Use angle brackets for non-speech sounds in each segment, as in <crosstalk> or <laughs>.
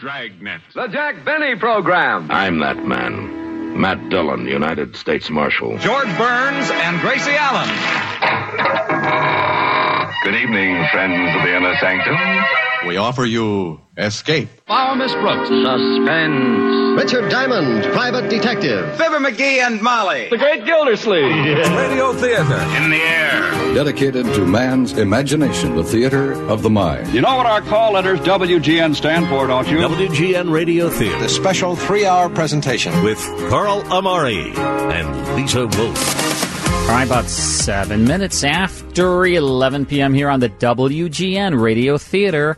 Dragnet. The Jack Benny Program. I'm that man. Matt Dillon, United States Marshal. George Burns and Gracie Allen. Good evening, friends of the inner sanctum. We offer you Escape. Follow Miss Brooks. Suspense. Richard Diamond, Private Detective. Fibber McGee and Molly. The Great Gildersleeve. Yeah. Radio Theater. In the air. Dedicated to man's imagination, the theater of the mind. You know what our call letters WGN stand for, don't you? WGN Radio Theater. The special three-hour presentation with Carl Amari and Lisa Wolf. All right, about seven minutes after 11 p.m. here on the WGN Radio Theater.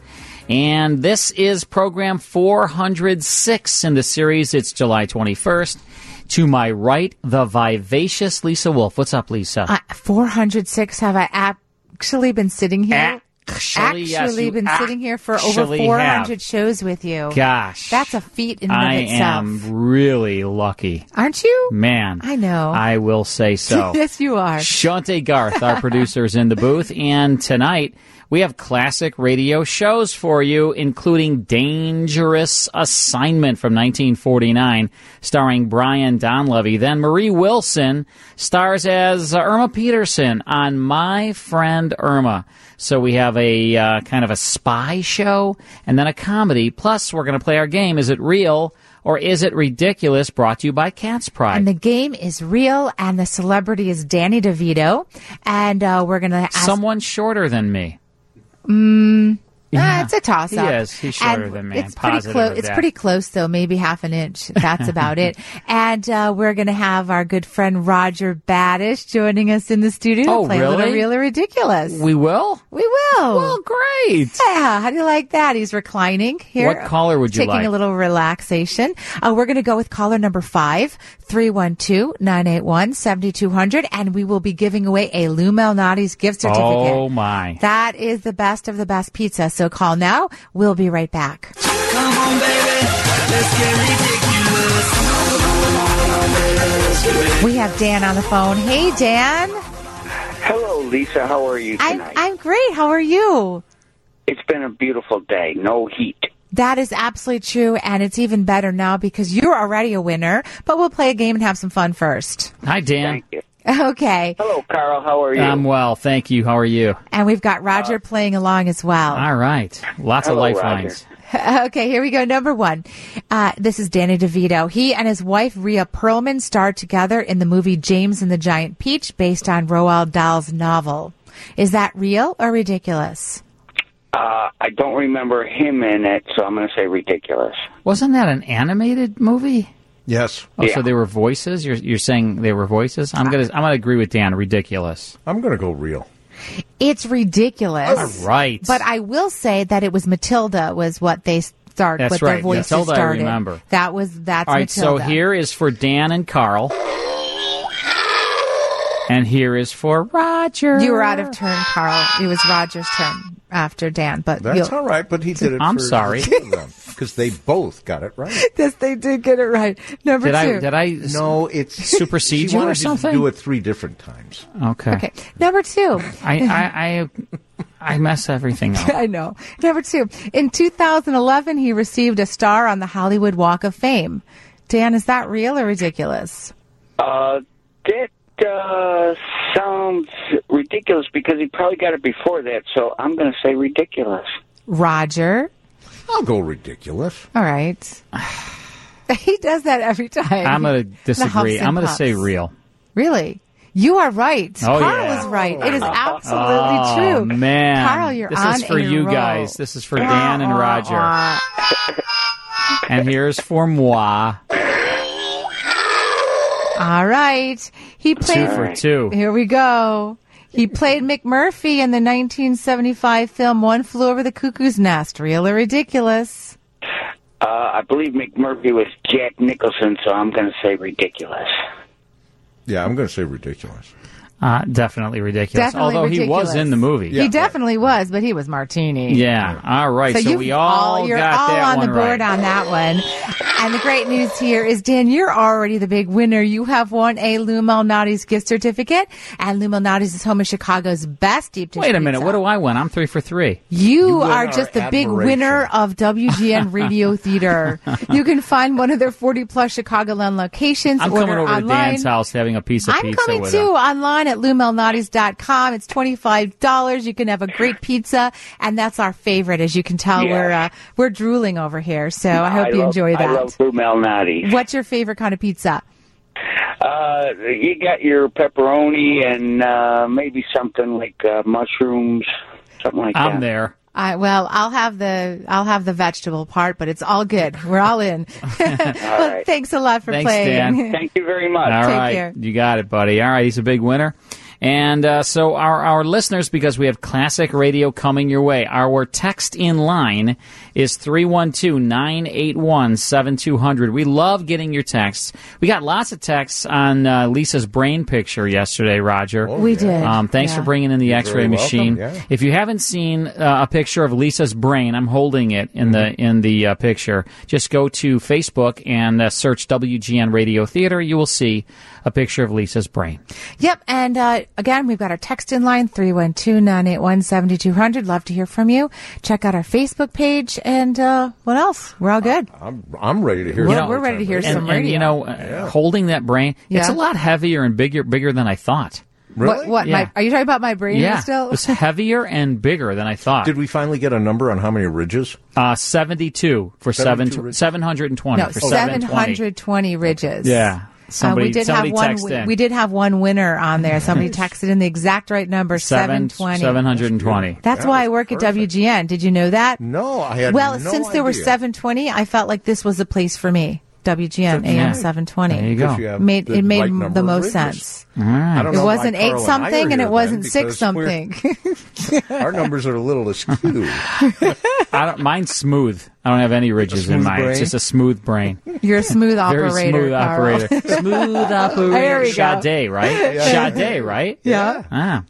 And this is program 406 in the series. It's July 21st. To my right, the vivacious Lisa Wolf. What's up, Lisa? Uh, 406. Have I actually been sitting here? Actually, actually yes, been sitting here for over actually 400 have. shows with you. Gosh. That's a feat in and I of itself. am really lucky. Aren't you? Man. I know. I will say so. <laughs> yes, you are. Shante Garth, our producer, is in the booth. And tonight, we have classic radio shows for you, including Dangerous Assignment from 1949, starring Brian Donlevy. Then Marie Wilson stars as Irma Peterson on My Friend Irma. So we have a uh, kind of a spy show and then a comedy. Plus, we're going to play our game. Is it real? or is it ridiculous? Brought to you by Cat's Pride. And the game is real, and the celebrity is Danny DeVito, and uh, we're gonna ask someone shorter than me. Mm, yeah. uh, it's a toss up. He is. He's shorter and than me. It's pretty close. It's pretty close though. Maybe half <laughs> an inch. That's about it. And uh, we're gonna have our good friend Roger Baddish joining us in the studio oh, to play really? a little really ridiculous. We will. We will. Well, great. Yeah. How do you like that? He's reclining here. What caller would you taking like? a little relaxation. Uh, we're gonna go with caller number five. 312-981-7200 and we will be giving away a Lou Malnati's gift certificate. Oh my. That is the best of the best pizza. So call now. We'll be right back. On, on, we have Dan on the phone. Hey, Dan. Hello, Lisa. How are you tonight? I'm, I'm great. How are you? It's been a beautiful day. No heat. That is absolutely true, and it's even better now because you're already a winner. But we'll play a game and have some fun first. Hi, Dan. Thank you. <laughs> Okay. Hello, Carl. How are you? I'm well, thank you. How are you? And we've got Roger uh, playing along as well. All right. Lots Hello, of lifelines. <laughs> Okay, here we go. Number one. Uh, this is Danny DeVito. He and his wife, Rhea Perlman, starred together in the movie James and the Giant Peach based on Roald Dahl's novel. Is that real or ridiculous? Uh, I don't remember him in it, so I'm going to say ridiculous. Wasn't that an animated movie? Yes. Oh, yeah. so they were voices. You're you're saying they were voices. I'm gonna I'm gonna agree with Dan. Ridiculous. I'm gonna go real. It's ridiculous. All right. But I will say that it was Matilda was what they started. That's what right. Their voices Matilda, started. I remember. That was that's. All right. Matilda. So here is for Dan and Carl. And here is for Roger. You were out of turn, Carl. It was Roger's turn after Dan, but That's you'll- all right, but he did it. I'm for <laughs> sorry. because they both got it right. <laughs> Yes, they did get it right. Number Did two. I did I s- No, it's <laughs> supersede she you or wanted something? To do it three different times. Okay. Okay. Number two. I, <laughs> I I I mess everything up. I know. Number two. In 2011, he received a star on the Hollywood Walk of Fame. Dan, is that real or ridiculous? Uh, that uh, sounds ridiculous because he probably got it before that, so I'm going to say ridiculous. Roger. I'll go ridiculous. All right. <sighs> he does that every time. I'm gonna The huffs disagree. and I'm gonna puffs. say real. Really? You are right. Oh, Carl yeah. is right. It is absolutely oh true. man, Carl, you're this on is for a you roll. Uh-uh. guys. This is for Dan and Roger. <laughs> and here's for moi. All right. He Two played for two. Here we go. He played McMurphy in the 1975 film One Flew Over the Cuckoo's Nest. Real or ridiculous? Uh, I believe McMurphy was Jack Nicholson, so I'm going to say ridiculous. Yeah, I'm going to say ridiculous. Uh, definitely ridiculous. Definitely Although he ridiculous. was in the movie. he definitely was, but he was Martini. Yeah. All right. So, you've we all you're got all that on one the right. board on that one. And the great news here is, Dan, you're already the big winner. You have won a Lou Malnati's gift certificate, and Lou Malnati's is home of Chicago's best deep dish. Wait a pizza. minute. What do I win? I'm three for three. You, are just the big winner <laughs> of WGN Radio Theater. You can find one of their 40 plus Chicagoland locations. I'm order coming over online. to Dan's house having a piece of I'm pizza coming with too him. online at lumelnotties.com. It's $25. You can have a great pizza. And that's our favorite. As you can tell, Yeah. we're, uh, we're drooling over here. So Oh, I hope you love- enjoy that. I love Lou Malnati. What's your favorite kind of pizza? Uh, you got your pepperoni and uh, maybe something like uh, mushrooms, something like that. I'm there. I, well, I'll have the, I'll have the vegetable part, but it's all good. We're <laughs> all in. <laughs> well, right. thanks a lot for Thanks, <laughs> playing. Dan. Thank you very much. All Take right. care. You got it, buddy. All right. He's a big winner. And uh, so our, our listeners, because we have classic radio coming your way, our text in line is 312-981-7200. We love getting your texts. We got lots of texts on uh, Lisa's brain picture yesterday, Roger. We yeah. did. Um, thanks for Yeah. bringing in the You're x-ray very welcome. machine. Yeah. If you haven't seen uh, a picture of Lisa's brain, I'm holding it in Mm-hmm. the in the uh, picture. Just go to Facebook and uh, search WGN Radio Theater. You will see a picture of Lisa's brain. Yep. And uh, again, we've got our text in line 312 981 7200. Love to hear from you. Check out our Facebook page. And uh, what else? We're all good. I'm, I'm ready to hear. Well, some we're ready to hear more some time. And, you know, uh, holding that brain, it's Yeah. a lot heavier and bigger bigger than I thought. What? what Yeah. my, are you talking about my brain yeah, still? it's heavier and bigger than I thought. Did we finally get a number on how many ridges? Uh, seventy-two for seven 72 seven hundred and twenty No, for seven 720 ridges. Yeah, somebody uh, we did somebody have one. text wi- in. We did have one winner <laughs> on there. Somebody texted in the exact right number, Seven- 720. 720. That's why I work at WGN. Did you know that? No, I had Well, no since there were idea. 720, I felt like this was the place for me. WGN AM right. 720. There you go. Because you have Made, the it made right m- number the of most ridges. sense. All right. I don't It know why wasn't Carl eight and I are something, and here it wasn't then, six because we're- something. Our numbers are a little askew. <laughs> I don't, mine's smooth. I don't have any ridges in smooth mine. brain? It's just a <laughs> smooth brain. You're a smooth Very operator. smooth Carl. <laughs> operator. smooth operator. There we go. Sade, right? <laughs> Yeah. Sade, right? Yeah. Ah,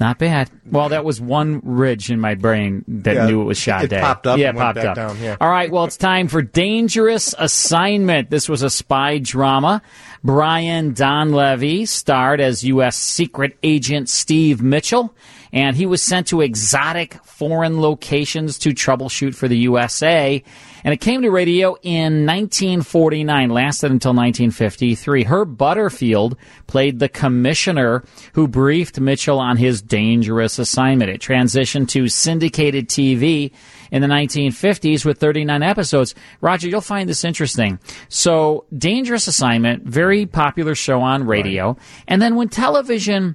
not bad. Well, that was one ridge in my brain that Yeah, knew it was Sade. it popped up Yeah, and it went popped back up. down, yeah. All right. Well, it's time for Dangerous Assignment. This was a spy drama. Brian Donlevy starred as U.S. Secret Agent Steve Mitchell, and he was sent to exotic foreign locations to troubleshoot for the USA. And it came to radio in 1949, lasted until 1953. Herb Butterfield played the commissioner who briefed Mitchell on his dangerous assignment. It transitioned to syndicated TV in the 1950s with 39 episodes. Roger, you'll find this interesting. So, Dangerous Assignment, very popular show on radio. And then when television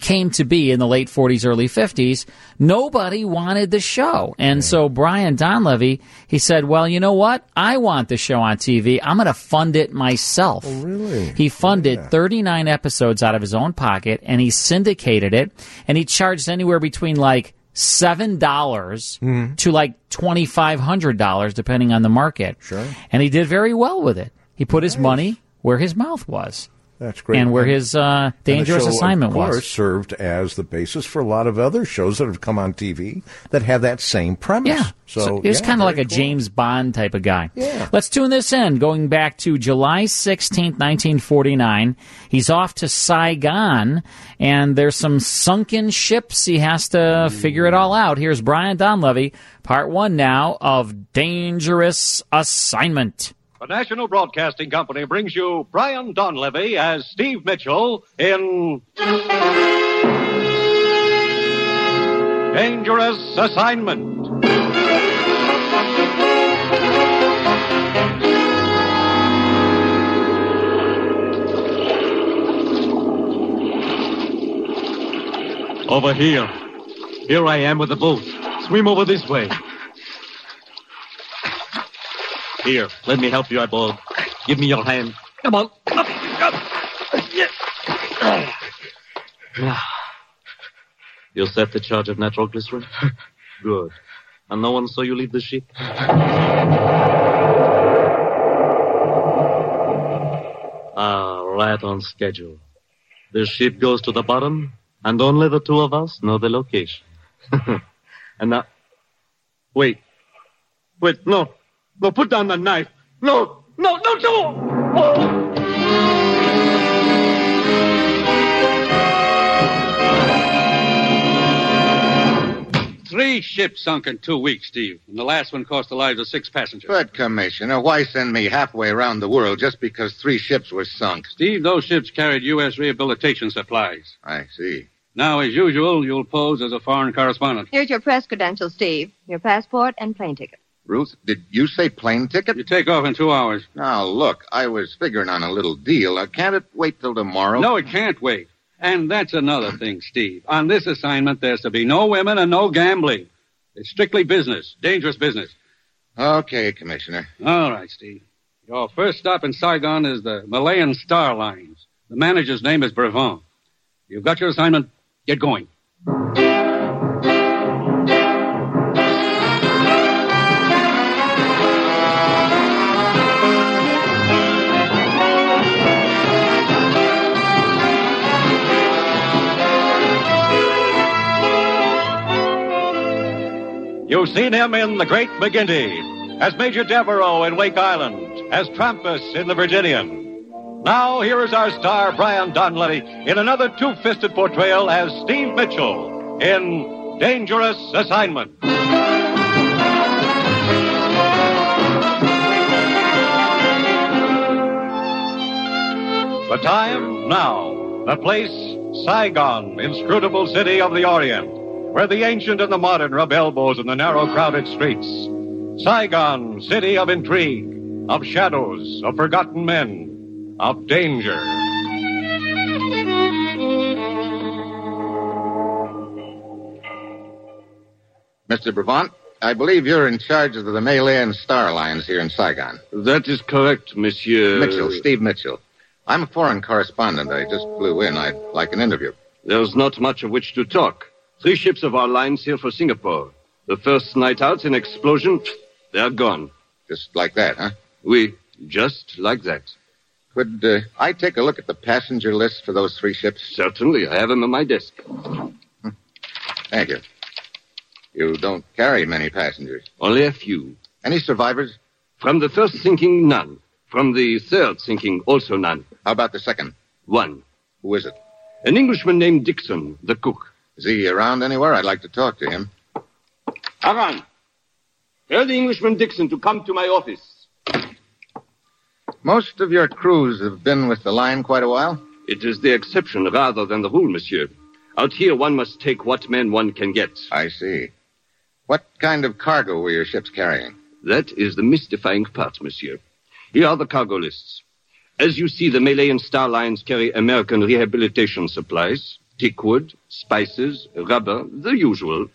came to be in the late 40s, early 50s, nobody wanted the show. And so Brian Donlevy, he said, well, you know what? I want the show on TV. I'm going to fund it myself. really? He funded 39 episodes out of his own pocket and he syndicated it and he charged anywhere between like $7 dollars Mm-hmm. to like $2,500 depending on the market. Sure. And he did very well with it. He put his money where his mouth was. That's great. And where his uh, And the dangerous show, assignment of course, was. served as the basis for a lot of other shows that have come on TV that have that same premise. Yeah. So, So he was yeah, kind of like a very James Bond type of guy. Yeah. Let's tune this in. Going back to July 16th, 1949. He's off to Saigon, and there's some sunken ships. He has to figure it all out. Here's Brian Donlevy, part one now of Dangerous Assignment. The National Broadcasting Company brings you Brian Donlevy as Steve Mitchell in Dangerous Assignment. Over here. Here I am with the boat. Swim over this way. Here, let me help you, Eyeball. Give me your hand. Come on. Up, up. <sighs> Now, You set the charge of natural <laughs> glycerin? Good. And no one saw you leave the <sighs> ship? Ah, right on schedule. The ship goes to the bottom, and only the two of us know the location. <laughs> and now, wait, wait, no, no, put down the knife. No, no, no, no. Oh. Three ships sunk in two weeks, Steve, and the last one cost the lives of six passengers. But, Commissioner, why send me halfway around the world just because three ships were sunk? Steve, those ships carried U.S. rehabilitation supplies. I see. Now, as usual, you'll pose as a foreign correspondent. Here's your press credentials, Steve. Your passport and plane ticket. Ruth, did you say plane ticket? You take off in two hours. Now, look, I was figuring on a little deal. Uh, can't it wait till tomorrow? No, it can't wait. And that's another thing, Steve. On this assignment, there's to be no women and no gambling. It's strictly business, dangerous business. Okay, Commissioner. All right, Steve. Your first stop in Saigon is the Malayan Star Lines. The manager's name is Brevin. You've got your assignment. Get going. You've seen him in The Great McGinty, as Major Devereaux in Wake Island, as Trampas in The Virginian. Now, here is our star, Brian Donlevy, in another two fisted portrayal as Steve Mitchell in Dangerous Assignment. The time now, the place Saigon, inscrutable city of the Orient where the ancient and the modern rub elbows in the narrow, crowded streets. Saigon, city of intrigue, of shadows, of forgotten men, of danger. Mr. Brevant, I believe you're in charge of the Malayan Star Lines here in Saigon. That is correct, Monsieur. Mitchell, Steve Mitchell. I'm a foreign correspondent. I just flew in. I'd like an interview. There's not much of which to talk. Three ships of our line sail for Singapore. The first night out, an explosion, they're gone. Just like that, huh? We, oui, just like that. Could uh, I take a look at the passenger list for those three ships? Hmm. Certainly, I have them on my desk. Thank you. You don't carry many passengers. Only a few. Any survivors? From the first sinking, none. From the third sinking, also none. How about the second? One. Who is it? An Englishman named Dixon, the cook. Is he around anywhere? I'd like to talk to him. Aran, tell the Englishman Dixon to come to my office. Most of your crews have been with the line quite a while. It is the exception rather than the rule, monsieur. Out here, one must take what men one can get. I see. What kind of cargo were your ships carrying? That is the mystifying part, monsieur. Here are the cargo lists. As you see, the Malayan Star Lines carry American rehabilitation supplies, teakwood, spices, rubber, the usual.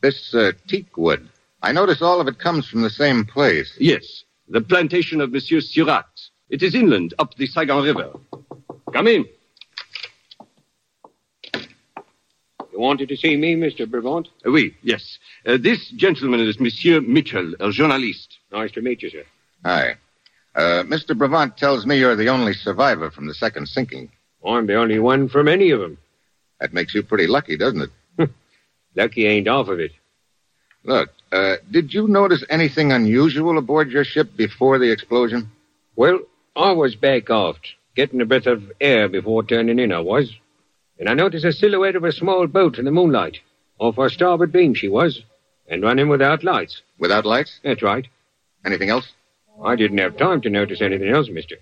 This uh, teakwood, I notice all of it comes from the same place. Yes, the plantation of Monsieur Surat. It is inland, up the Saigon River. Come in. You wanted to see me, Mr. Brabant? Uh, oui, yes. Uh, this gentleman is Monsieur Mitchell, a journalist. Nice to meet you, sir. Hi. Uh, Mr. Brabant tells me you're the only survivor from the second sinking. I'm the only one from any of them. That makes you pretty lucky, doesn't it? <laughs> lucky ain't off of it. Look, uh, did you notice anything unusual aboard your ship before the explosion? Well, I was back aft, getting a breath of air before turning in, I was. And I noticed a silhouette of a small boat in the moonlight. Off our starboard beam, she was. And run in without lights. Without lights? That's right. Anything else? I didn't have time to notice anything else, mister.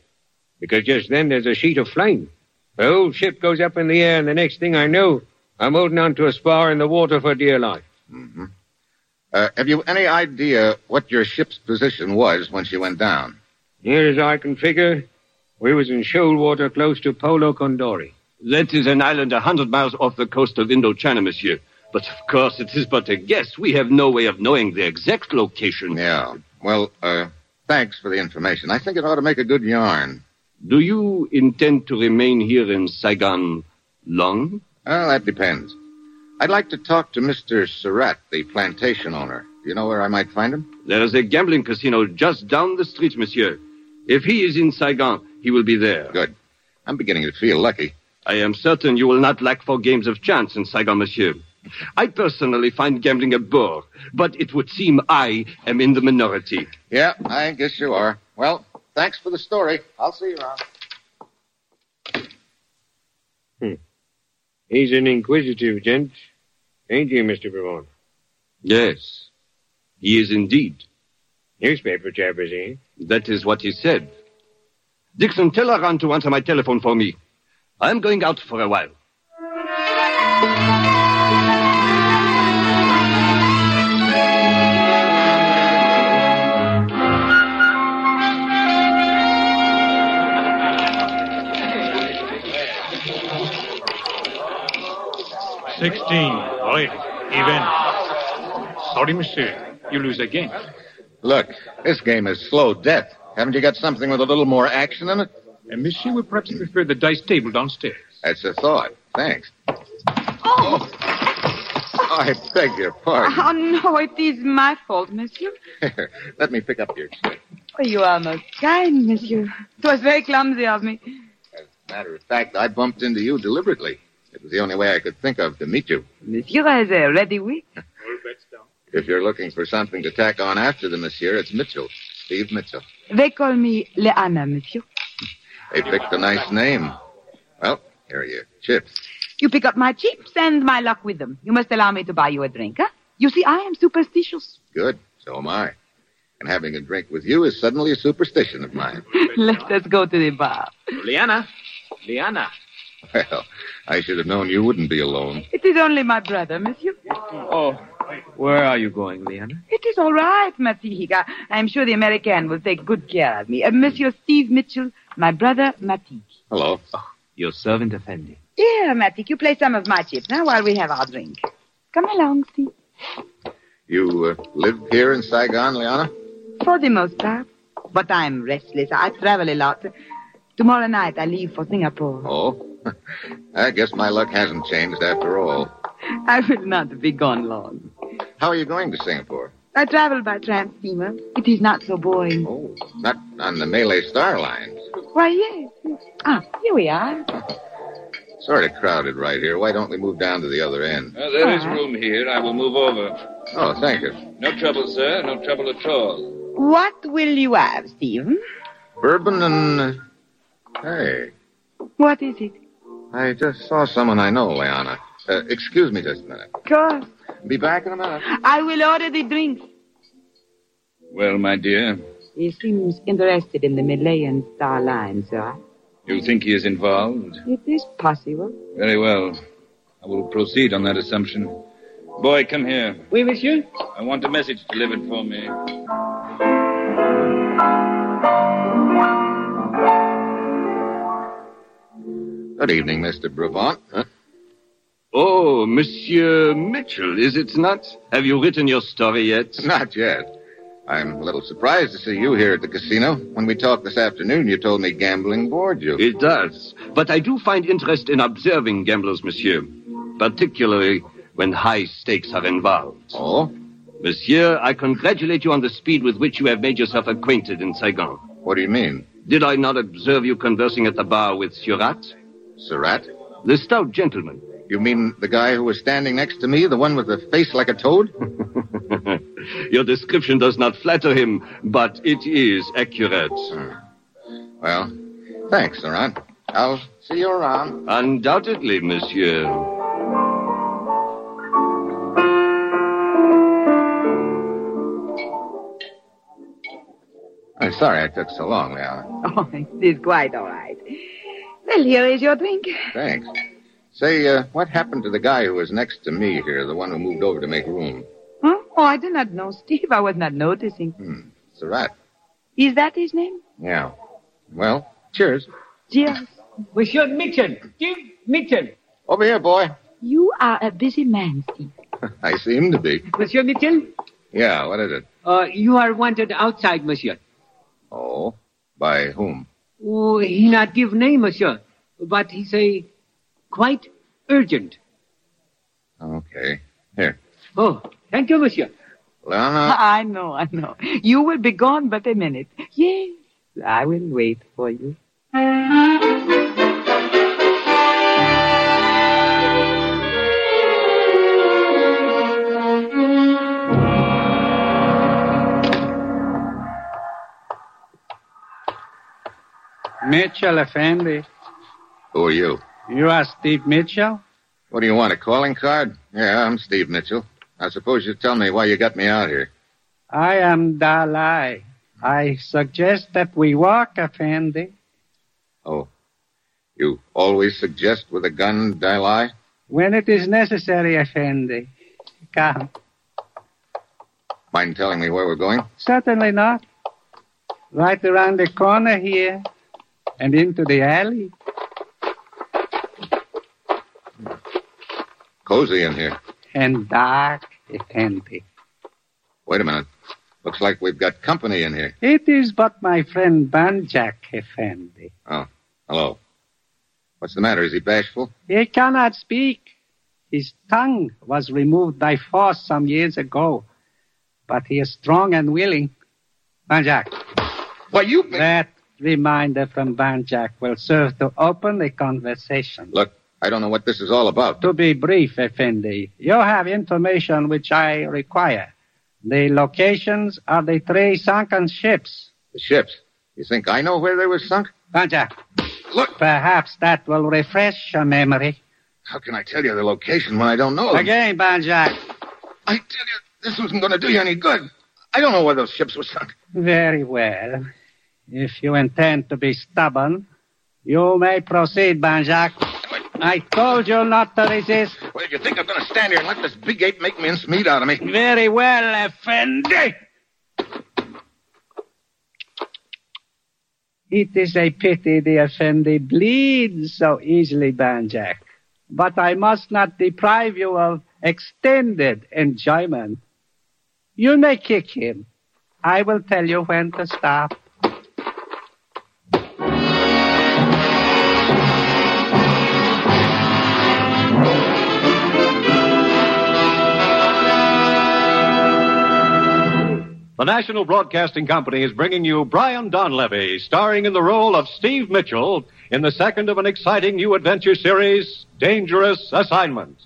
Because just then there's a sheet of flame. The whole ship goes up in the air, and the next thing I know, I'm holding on to a spar in the water for dear life. Mm-hmm. Uh, have you any idea what your ship's position was when she went down? Near as I can figure, we was in shoal water close to Polo Condori. That is an island a hundred miles off the coast of Indochina, monsieur. But of course, it is but a guess. We have no way of knowing the exact location. Yeah. Well, uh, thanks for the information. I think it ought to make a good yarn. Do you intend to remain here in Saigon long? Well, that depends. I'd like to talk to Mr. Surratt, the plantation owner. Do you know where I might find him? There is a gambling casino just down the street, monsieur. If he is in Saigon, he will be there. Good. I'm beginning to feel lucky. I am certain you will not lack for games of chance in Saigon, monsieur. I personally find gambling a bore, but it would seem I am in the minority. Yeah, I guess you are. Well, thanks for the story. I'll see you around. He's an inquisitive gent, ain't he, Mr. Brevon? Yes, he is indeed. Newspaper jabbers, eh? That is what he said. Dixon, tell Aran to answer my telephone for me. I'm going out for a while. Sixteen. Oui, even. Sorry, monsieur. You lose again. Look, this game is slow death. Haven't you got something with a little more action in it? And monsieur would perhaps prefer the dice table downstairs. That's a thought. Thanks. Oh, I beg your pardon. <laughs> <laughs> oh no, it is my fault, monsieur. Let me pick up your stick. Oh, you are most kind, monsieur. It was very clumsy of me. Matter of fact, I bumped into you deliberately. It was the only way I could think of to meet you. Monsieur has a ready wit. If you're looking for something to tack on after the monsieur, it's Mitchell. Steve Mitchell. They call me Leanna, monsieur. They picked a nice name. Well, here are your chips. You pick up my chips and my luck with them. You must allow me to buy you a drink, huh? You see, I am superstitious. <laughs> Good. So am I. And having a drink with you is suddenly a superstition of mine. <laughs> Let us go to the bar. Liana. Liana. Well, I should have known you wouldn't be alone. It is only my brother, monsieur. Oh, where are you going, Liana? It is all right, Monsieur Higa. I am sure the American will take good care of me. Uh, monsieur Steve Mitchell, my brother, Matique. Hello. Oh, Your servant Effendi. Here, Matique, you play some of my chips now while we have our drink. Come along, Steve. You uh, live here in Saigon, Liana? For the most part. But I'm restless. I travel a lot. Tomorrow night I leave for Singapore. Oh? <laughs> I guess my luck hasn't changed after all. I will not be gone long. How are you going to Singapore? I travel by tram steamer. It is not so boring. Oh. Not on the Malay Star Line. Why, yes. yes. Ah, here we are. Sort of crowded right here. Why don't we move down to the other end? Uh, there is room here. I will move over. Oh, thank you. No trouble, sir. No trouble at all. What will you have, Stephen? Bourbon and. uh, Hey, What is it? I just saw someone I know, Liana. Uh, excuse me just a minute. <laughs> Of course. Be back in a minute. I will order the drink. Well, my dear, He seems interested in the Malayan Star Line, sir. you think he is involved? It is possible. Very well. I will proceed on that assumption. Boy, come here. Oui, monsieur? I want a message delivered for me. Good evening, Mr. Brevant. Huh? Oh, Monsieur Mitchell, is it not? Have you written your story yet? Not yet. I'm a little surprised to see you here at the casino. When we talked this afternoon, you told me gambling bored you. It does. But I do find interest in observing gamblers, monsieur, particularly when high stakes are involved. Oh? Monsieur, I congratulate you on the speed with which you have made yourself acquainted in Saigon. What do you mean? Did I not observe you conversing at the bar with Surat? Surat? The stout gentleman. You mean the guy who was standing next to me, the one with the face like a <laughs> toad? <laughs> Your description does not flatter him, but it is accurate. Hmm. Well, thanks, Laurent. I'll see you around. Undoubtedly, monsieur. I'm Oh, sorry I took so long, Liana. Oh, it is quite all right. Well, here is your drink. Thanks. Say, uh, what happened to the guy who was next to me here, the one who moved over to make room? Huh? Oh, I do not know, Steve. I was not noticing. Surat. Is that his name? Yeah. Well, cheers. <laughs> Yes. Monsieur Mitchell. Steve Mitchell. Over here, boy. You are a busy man, Steve. I seem to be. Monsieur Mitchell, Yeah, what is it? uh, you are wanted outside, monsieur. Oh, by whom? Oh, he not give name, monsieur, but he say quite urgent. Okay. Here. uh, Oh, thank you, monsieur. Liana, I know, I know. You will be gone but a minute. Yes, <laughs> I will wait for you. Mitchell Effendi. Who are you? You are Steve Mitchell? What do you want, a calling card? Yeah, I'm Steve Mitchell. I suppose you tell me why you got me out here. I am Dalai. I suggest that we walk, Effendi. Oh, you always suggest with a gun, Dalai? When it is necessary, Effendi. Come. Mind telling me where we're going? Certainly not. Right around the corner here and into the alley. Cozy in here. And dark, Effendi. Wait a minute. Looks like we've got company in here. It is but my friend Banjak, Effendi. Oh, hello. What's the matter? Is he bashful? He cannot speak. His tongue was removed by force some years ago, but he is strong and willing. Banjak. Why, you. That reminder from Banjak will serve to open the conversation. Look, I don't know what this is all about. To be brief, Effendi, you have information which I require. The locations of the three sunken ships. The ships. You think I know where they were sunk? Banjak. Look. Perhaps that will refresh your memory. How can I tell you the location when I don't know them? Again, Banjak. I tell you, this wasn't going to do you any good. I don't know where those ships were sunk. Very well. If you intend to be stubborn, you may proceed, Banjak. I told you not to resist. Well, if you think I'm going to stand here and let this big ape make mincemeat out of me. Very well, Effendi. It is a pity the Effendi bleeds so easily, Banjak. But I must not deprive you of extended enjoyment. You may kick him. I will tell you when to stop. The National Broadcasting Company is bringing you Brian Donlevy, starring in the role of Steve Mitchell in the second of an exciting new adventure series, Dangerous Assignment.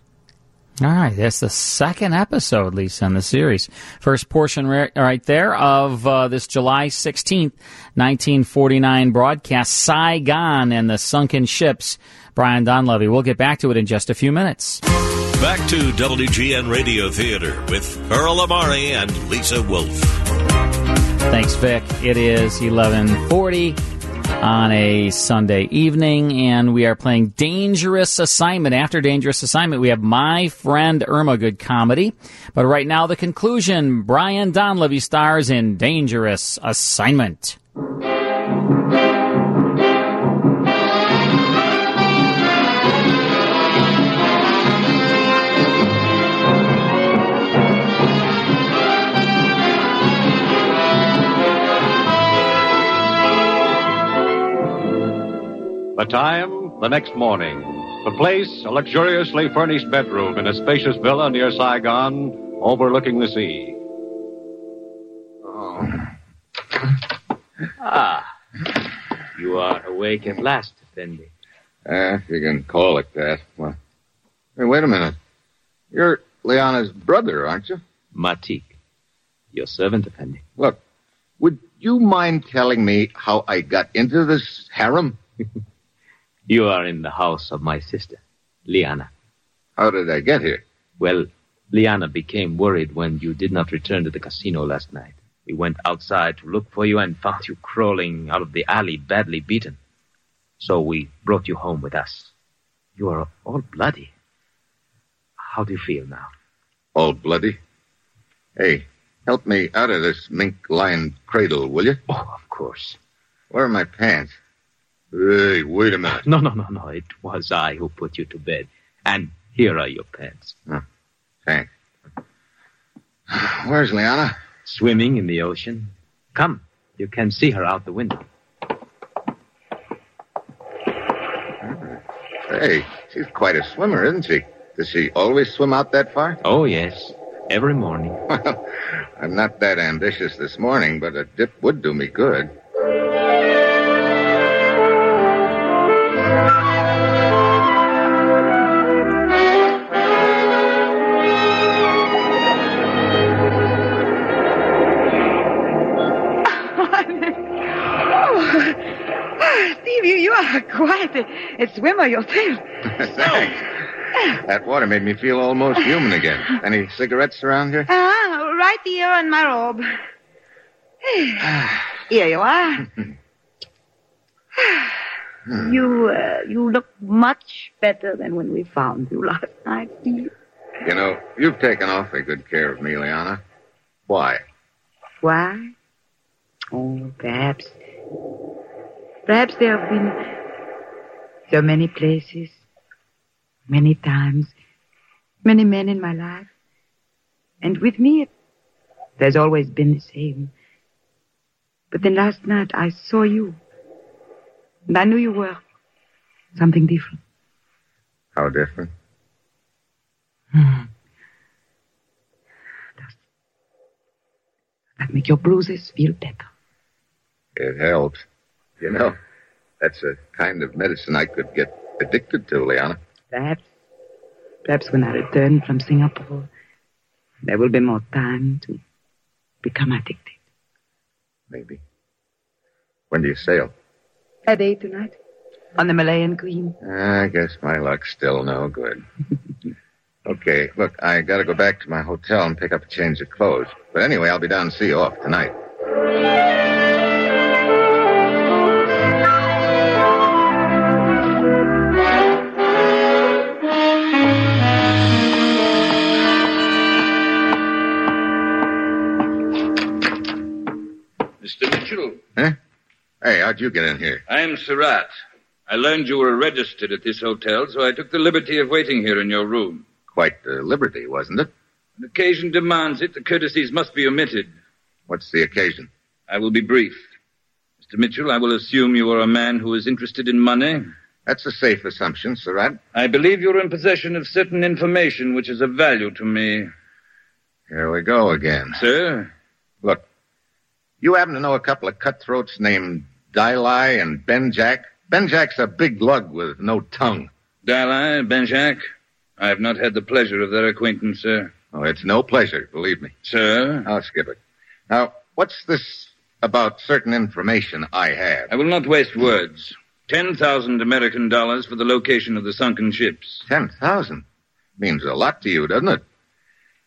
All right, that's the second episode, Lisa, in the series. First portion ri- right there of uh, this July 16th, 1949 broadcast, Saigon and the Sunken Ships. Brian Donlevy. We'll get back to it in just a few minutes. Back to WGN Radio Theater with Earl Amari and Lisa Wolf. Thanks, Vic. It is 1140 on a Sunday evening, and we are playing Dangerous Assignment. After Dangerous Assignment, we have My Friend Irma, good comedy. But right now, the conclusion. Brian Donlevy stars in Dangerous Assignment. The time, the next morning. The place, a luxuriously furnished bedroom in a spacious villa near Saigon, overlooking the sea. Ah, you are awake at last, Effendi. Eh, if you can call it that. Well, hey, wait a minute. You're Leana's brother, aren't you? Matik, your servant, Effendi. Look, would you mind telling me how I got into this harem? You are in the house of my sister, Liana. How did I get here? Well, Liana became worried when you did not return to the casino last night. We went outside to look for you and found you crawling out of the alley, badly beaten. So we brought you home with us. You are all bloody. How do you feel now? All bloody? Hey, help me out of this mink-lined cradle, will you? Oh, of course. Where are my pants? Hey, wait a minute. No, no, no, no. It was I who put you to bed. And here are your pants. Thanks. Where's Liana? Swimming in the ocean. Come, you can see her out the window. Hey, she's quite a swimmer, isn't she? Does she always swim out that far? Oh, yes. Every morning. <laughs> Well, I'm not that ambitious this morning, but a dip would do me good. <laughs> Oh, <laughs> Steve, you, you are quite a, a swimmer yourself. Thanks. That water made me feel almost human again. Any cigarettes around here? Ah, right here on my robe. here you are. you, uh, you look much better than when we found you last night, Steve. You know, you've taken awfully good care of me, Liana. Why? Why? Oh, perhaps. Perhaps there have been so many places, many times, many men in my life. And with me, it, there's always been the same. But then last night I saw you. And I knew you were something different. How different? That make your bruises feel better. It helped. You know, that's a kind of medicine I could get addicted to, Liana. Perhaps, perhaps when I return from Singapore, there will be more time to become addicted. Maybe. When do you sail? At eight tonight, on the Malayan Queen. I guess my luck's still no <laughs> good. okay, look, I gotta go back to my hotel and pick up a change of clothes. But anyway, I'll be down to see you off tonight. Mr. Mitchell, Hey, how'd you get in here? I'm Surratt. I learned you were registered at this hotel, so I took the liberty of waiting here in your room. Quite the liberty, wasn't it? When occasion demands it, the courtesies must be omitted. What's the occasion? I will be brief. Mr. Mitchell, I will assume you are a man who is interested in money. That's a safe assumption, Surratt. I believe you're in possession of certain information which is of value to me. Here we go again. Sir? Look, you happen to know a couple of cutthroats named Dai and Ben Jack? Ben Jack's a big lug with no tongue. Dalai, Benjak, I have not had the pleasure of their acquaintance, sir. Oh, it's no pleasure, believe me. Sir? I'll skip it. Now, what's this about certain information I have? I will not waste words. Ten thousand American dollars for the location of the sunken ships. Ten thousand? Means a lot to you, doesn't it?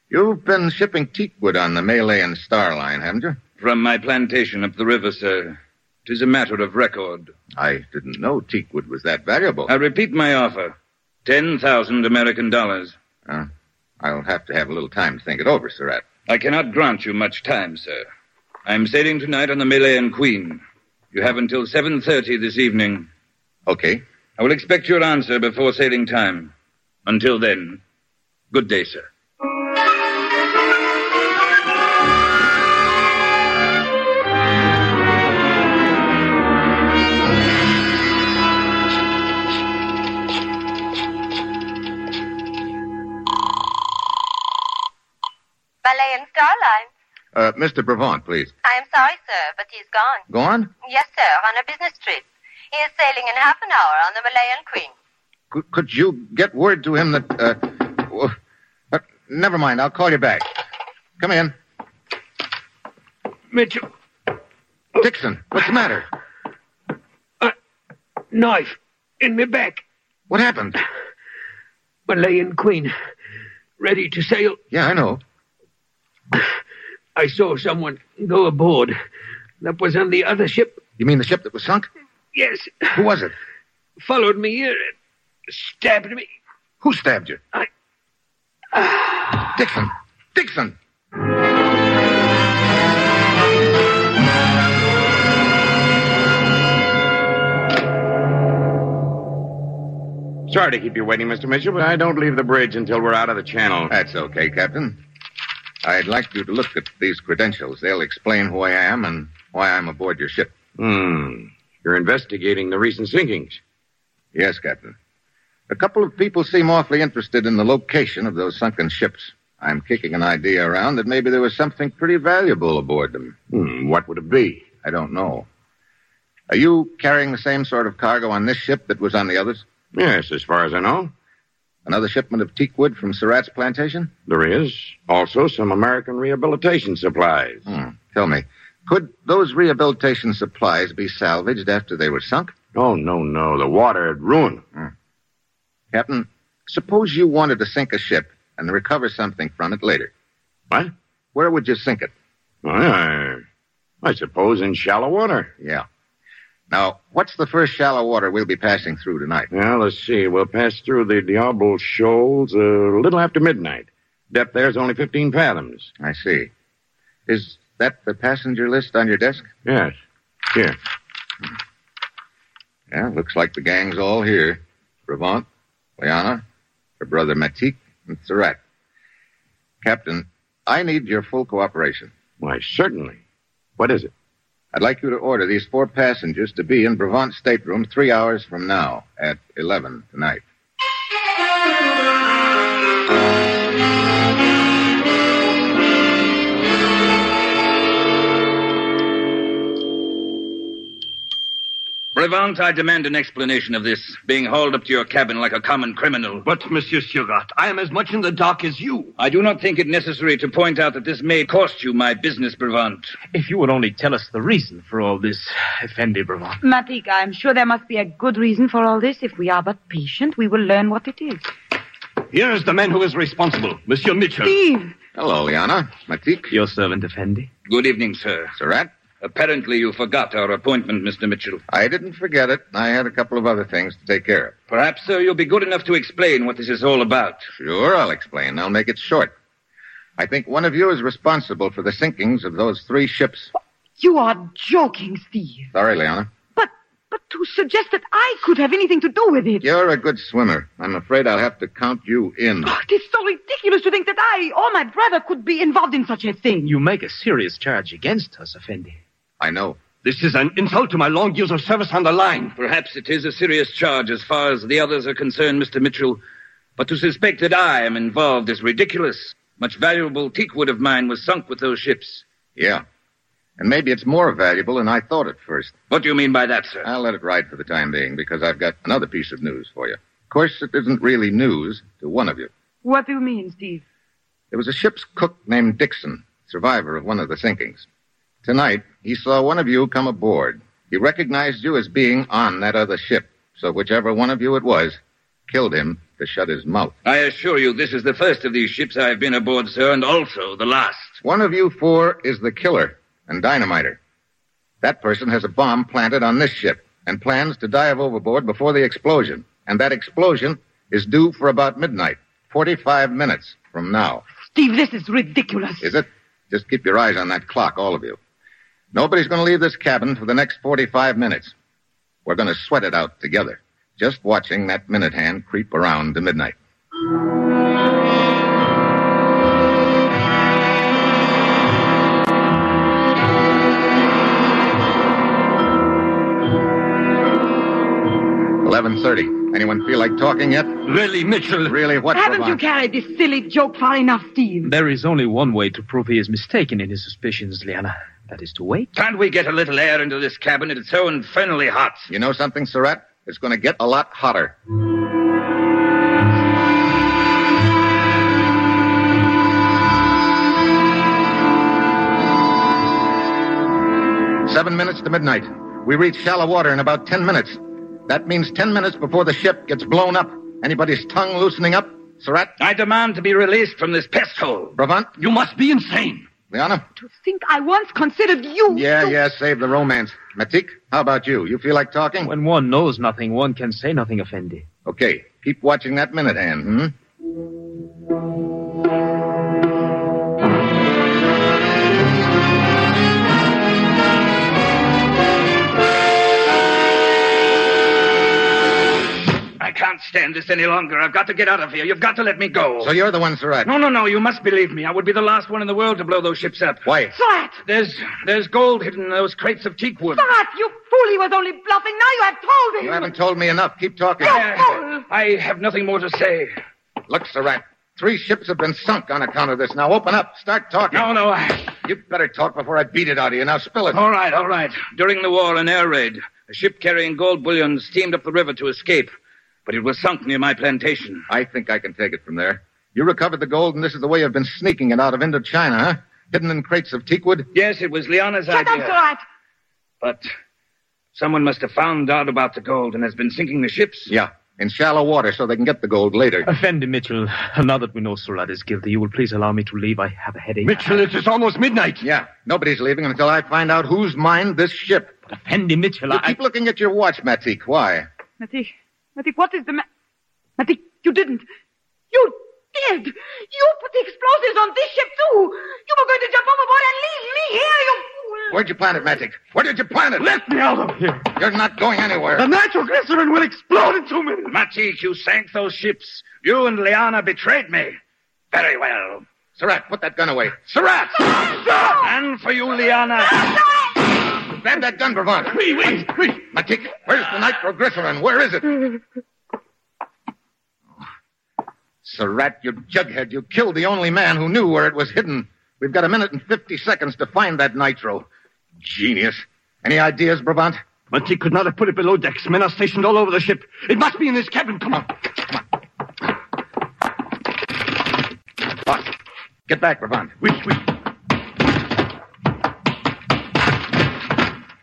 You've been shipping teakwood on the Malay and Star Line, haven't you? From my plantation up the river, sir. Tis a matter of record. I didn't know teakwood was that valuable. I repeat my offer. Ten thousand American dollars. Uh, I'll have to have a little time to think it over, Surratt. I cannot grant you much time, sir. I'm sailing tonight on the Malayan Queen. You have until 7.30 this evening. Okay. I will expect your answer before sailing time. Until then, good day, sir. Ballet and Starline. Uh, Mr. Brevant, please. I am sorry, sir, but he's gone. Gone? Yes, sir, on a business trip. He is sailing in half an hour on the Malayan Queen. Could, could you get word to him that, uh, w- uh, never mind, I'll call you back. Come in. Mitchell, Dixon, what's the matter? knife in me back. <laughs> What happened? Malayan Queen, ready to sail. Yeah, I know. I saw someone go aboard. That was on the other ship. You mean the ship that was sunk? Yes, Who was it? followed me here and stabbed me. Who stabbed you? I- <sighs> Dixon! Dixon! Sorry to keep you waiting, Mr. Mitchell, but I don't leave the bridge until we're out of the channel. That's okay, Captain. I'd like you to look at these credentials. They'll explain who I am and why I'm aboard your ship. Hmm. You're investigating the recent sinkings. Yes, Captain. A couple of people seem awfully interested in the location of those sunken ships. I'm kicking an idea around that maybe there was something pretty valuable aboard them. Hmm. What would it be? I don't know. Are you carrying the same sort of cargo on this ship that was on the others? Yes, as far as I know, Another shipment of teakwood from Surratt's plantation? there is also some American rehabilitation supplies. Hmm. Tell me, could those rehabilitation supplies be salvaged after they were sunk? Hmm. Oh, no, no. The water had ruined. Captain, suppose you wanted to sink a ship and recover something from it later. What? Where would you sink it? I, I suppose in shallow water. Yeah. Now, what's the first shallow water we'll be passing through tonight? Now, let's see. We'll pass through the Diablo Shoals a little after midnight. Depth there's only 15 fathoms. I see. Is that the passenger list on your desk? Yes. Here. Yeah, looks like the gang's all here. Brevant, Liana, her brother Matik, and Surratt. Captain, I need your full cooperation. Why, certainly. What is it? I'd like you to order these four passengers to be in Brevant's stateroom three hours from now at 11 tonight. Brevant, I demand an explanation of this, being hauled up to your cabin like a common criminal. But, Monsieur Surat, I am as much in the dark as you. I do not think it necessary to point out that this may cost you my business, Brevant. If you would only tell us the reason for all this, Effendi Brevant. Matika, I'm sure there must be a good reason for all this. If we are but patient, we will learn what it is. Here is the man who is responsible, Monsieur Mitchell. Steve! Hello, Liana. Matik. Your servant, Effendi. Good evening, sir. Surratt? Apparently you forgot our appointment, Mr. Mitchell. I didn't forget it. I had a couple of other things to take care of. Perhaps, sir, you'll be good enough to explain what this is all about. Sure, I'll explain. I'll make it short. I think one of you is responsible for the sinkings of those three ships. You are joking, Steve. Sorry, Leona. But to suggest that I could have anything to do with it. You're a good swimmer. I'm afraid I'll have to count you in. It is so ridiculous to think that I or my brother could be involved in such a thing. You make a serious charge against us, Effendi. I know. This is an insult to my long years of service on the line. Perhaps it is a serious charge as far as the others are concerned, Mr. Mitchell, but to suspect that I am involved is ridiculous. Much valuable teakwood of mine was sunk with those ships. Yeah. And maybe it's more valuable than I thought at first. What do you mean by that, sir? I'll let it ride for the time being because I've got another piece of news for you. Of course, it isn't really news to one of you. What do you mean, Steve? There was a ship's cook named Dixon, survivor of one of the sinkings. Tonight, he saw one of you come aboard. He recognized you as being on that other ship, so whichever one of you it was killed him to shut his mouth. I assure you this is the first of these ships I have been aboard, sir, and also the last. One of you four is the killer and dynamiter. That person has a bomb planted on this ship and plans to dive overboard before the explosion, and that explosion is due for about midnight, 45 minutes from now. Steve, this is ridiculous. Is it? Just keep your eyes on that clock, all of you. Nobody's going to leave this cabin for the next 45 minutes. We're going to sweat it out together, just watching that minute hand creep around to midnight. Eleven thirty. Anyone feel like talking yet? Really, Mitchell? Really, what? Haven't you Brabant? carried this silly joke far enough, Steve? There is only one way to prove he is mistaken in his suspicions, Liana. That is to wait. Can't we get a little air into this cabin? It's so infernally hot. You know something, Surratt? It's going to get a lot hotter. Seven minutes to midnight. We reach shallow water in about ten minutes. That means ten minutes before the ship gets blown up. Anybody's tongue loosening up? Surratt? I demand to be released from this pest hole. Brabant? You must be insane. Liana? Think I once considered you. Yeah, yeah, save the romance. Matik, how about you? You feel like talking? When one knows nothing, one can say nothing, Effendi. Okay, keep watching that minute hand, hmm? I can't stand this any longer. I've got to get out of here. You've got to let me go. So you're the one, Surratt. No, no, no. You must believe me. I would be the last one in the world to blow those ships up. Why? Surratt! There's, there's gold hidden in those crates of teak wood. Surratt, you fool, he was only bluffing. Now you have told him. You haven't told me enough. Keep talking. I, I have nothing more to say. Look, Surratt, three ships have been sunk on account of this. Now open up. Start talking. No, no. I... You'd better talk before I beat it out of you. Now spill it. All right, all right. During the war, an air raid. A ship carrying gold bullion steamed up the river to escape, but it was sunk near my plantation. I think I can take it from there. You recovered the gold, and this is the way you've been sneaking it out of Indochina, huh? Hidden in crates of teakwood? Yes, it was Leona's Shut up, idea. Surratt. But Someone must have found out about the gold and has been sinking the ships. Yeah, in shallow water so they can get the gold later. Fendi Mitchell, now that we know Surratt is guilty, you will please allow me to leave. I have a headache. Mitchell, it is almost midnight. Yeah, nobody's leaving until I find out who's mined this ship. But Fendi Mitchell, you keep looking at your watch, Matik. Why? Matik, Matik, what is the ma- Matik, you didn't. You did. You put the explosives on this ship too. You were going to jump overboard and leave me here. You Where'd you plant it, Matic? Where did you plant it? Let me out of here. You're not going anywhere. The nitroglycerin will explode in two minutes. Matik, you sank those ships. You and Liana betrayed me. Very well. Surratt, put that gun away. Surratt! and for you, Liana. Grab that gun, Brevant. Wait, wait, wait. Matik, where's the nitroglycerin? Where is it? Surratt, you jughead, you killed the only man who knew where it was hidden. We've got a minute and 50 seconds to find that nitro. Genius. Any ideas, Brabant? Monty could not have put it below decks. Men are stationed all over the ship. It must be in this cabin. Come on. Get back, Brabant. Which we.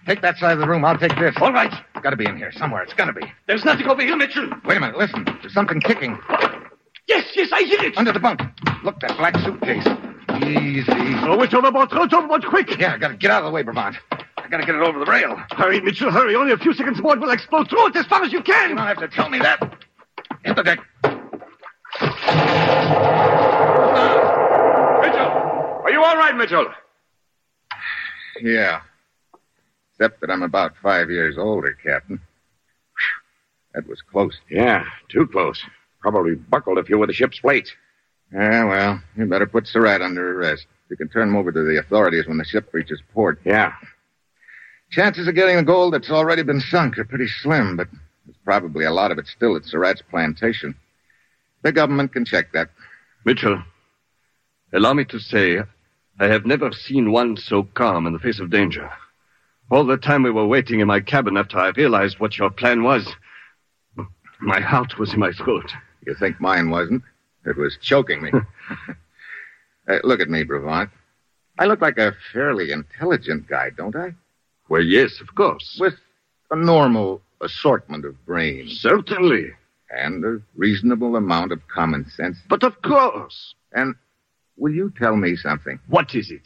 Take that side of the room. I'll take this. All right. It's got to be in here somewhere. It's got to be. There's nothing over here, Mitchell. Wait a minute. Listen. There's something kicking. Yes, yes, I hear it. Under the bunk. Look, that black suitcase. Easy. Oh, it's overboard. Throw it overboard quick. Yeah, I gotta get out of the way, Brabant. I gotta get it over the rail. Hurry, Mitchell, hurry. Only a few seconds more. It will explode. Throw it as far as you can. You don't have to tell me that. Hit the deck. Are you all right, Mitchell? Yeah. Except that I'm about five years older, Captain. Whew. That was close. Yeah, too close. Probably buckled if you were the ship's plate. Yeah, Ah, well, you better put Surratt under arrest. You can turn him over to the authorities when the ship reaches port. Yeah. Chances of getting the gold that's already been sunk are pretty slim, but there's probably a lot of it still at Surratt's plantation. The government can check that. Mitchell, allow me to say I have never seen one so calm in the face of danger. All the time we were waiting in my cabin after I realized what your plan was, my heart was in my throat. You think mine wasn't? It was choking <laughs> me. Uh, look at me, Bravant. I look like a fairly intelligent guy, don't I? Well, yes, of course. With a normal assortment of brains. Certainly. And a reasonable amount of common sense. But of course. And will you tell me something? What is it?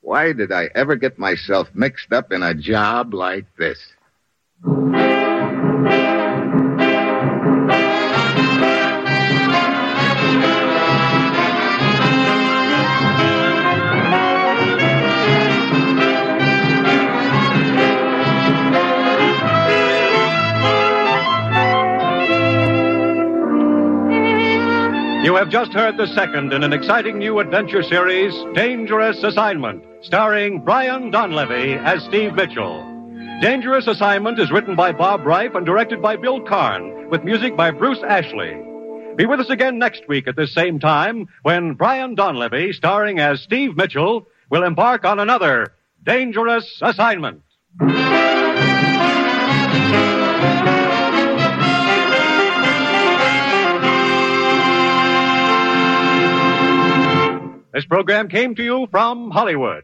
Why did I ever get myself mixed up in a job like this? You have just heard the second in an exciting new adventure series, Dangerous Assignment, starring Brian Donlevy as Steve Mitchell. Dangerous Assignment is written by Bob Reif and directed by Bill Karn, with music by Bruce Ashley. Be with us again next week at this same time when Brian Donlevy, starring as Steve Mitchell, will embark on another Dangerous Assignment. This program came to you from Hollywood.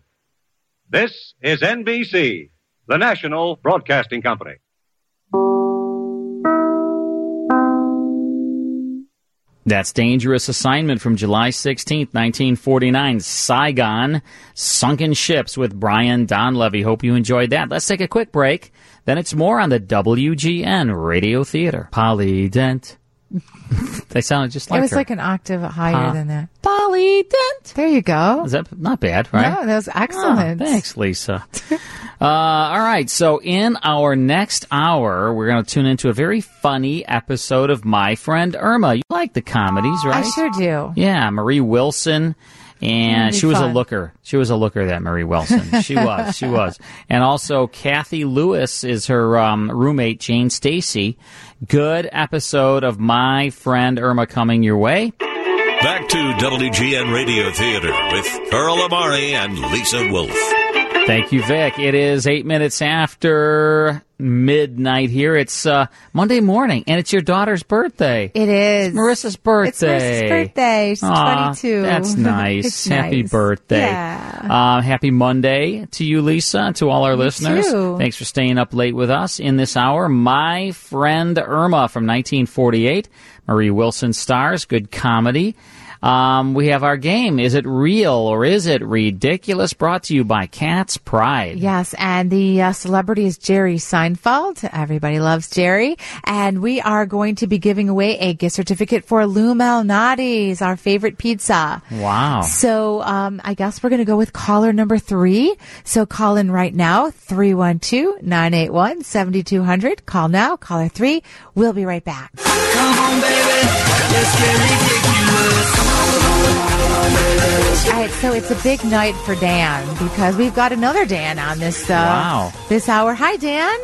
This is NBC, the national broadcasting company. That's Dangerous Assignment from July 16, 1949. Saigon, Sunken Ships with Brian Donlevy. Hope you enjoyed that. Let's take a quick break. Then it's more on the WGN Radio Theater. Polydent. <laughs> they sounded just like it was her. like an octave higher Huh. than that. Polly Dent. There you go. Is that not bad, right? No, that was excellent. Ah, thanks, Lisa. <laughs> uh, all right. So, in our next hour, we're going to tune into a very funny episode of My Friend Irma. You like the comedies, right? I sure do. Yeah, Marie Wilson. And That'd be she was a fun. looker. She was a looker, that Marie Wilson. <laughs> She was. she was. And also, Kathy Lewis is her um, roommate, Jane Stacy. Good episode of My Friend Irma coming your way. Back to WGN Radio Theater with Earl Amari and Lisa Wolf. Thank you, Vic. It is eight minutes after midnight here. It's uh, Monday morning, and it's your daughter's birthday. It is. It's Marissa's It's Marissa's birthday. birthday. She's Aw, 22. That's nice. <laughs> It's happy nice. birthday. Yeah. Uh, happy Monday to you, Lisa, and to all our listeners. too. Thanks for staying up late with us in this hour. My friend Irma from 1948. Marie Wilson stars. Good comedy. Um, we have our game. Is it real or is it ridiculous? Brought to you by Cat's Pride. Yes, and the uh, celebrity is Jerry Seinfeld. Everybody loves Jerry. And we are going to be giving away a gift certificate for Lou Malnati's, our favorite pizza. Wow. So um, I guess we're going to go with caller number three. So call in right now, 312-981-7200. Call now, caller three. We'll be right back. All right, so it's a big night for Dan because we've got another Dan on this uh, Wow. this hour. Hi, Dan.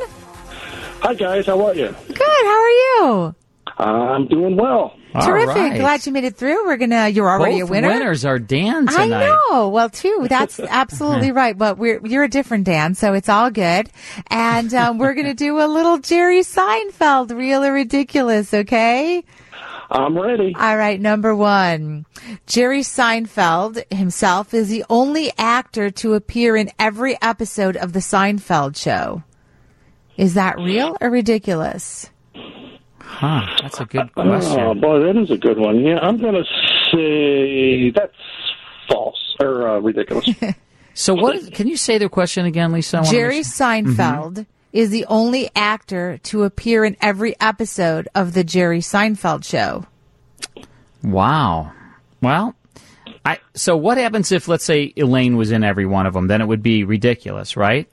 Hi guys, how are you? Good. How are you? Uh, I'm doing well. Terrific. Glad you made it through. We're gonna. You're already Both a winner. winners are Dan tonight. I know. Well, too. <laughs> That's absolutely right. But we're you're a different Dan, so it's all good. And um, we're gonna do a little Jerry Seinfeld, real or ridiculous. Okay. I'm ready. All right, number one. Jerry Seinfeld himself is the only actor to appear in every episode of The Seinfeld Show. Is that real or ridiculous? Huh. That's a good Oh question. boy, that is a good one. Yeah, I'm gonna say that's false or uh, <laughs> ridiculous. So what? Is, can you say the question again, Lisa? I wanna Jerry make sure- Mm-hmm. Seinfeld is the only actor to appear in every episode of The Jerry Seinfeld Show. Wow. Well, I so what happens if let's say Elaine was in every one of them? Then it would be ridiculous, right?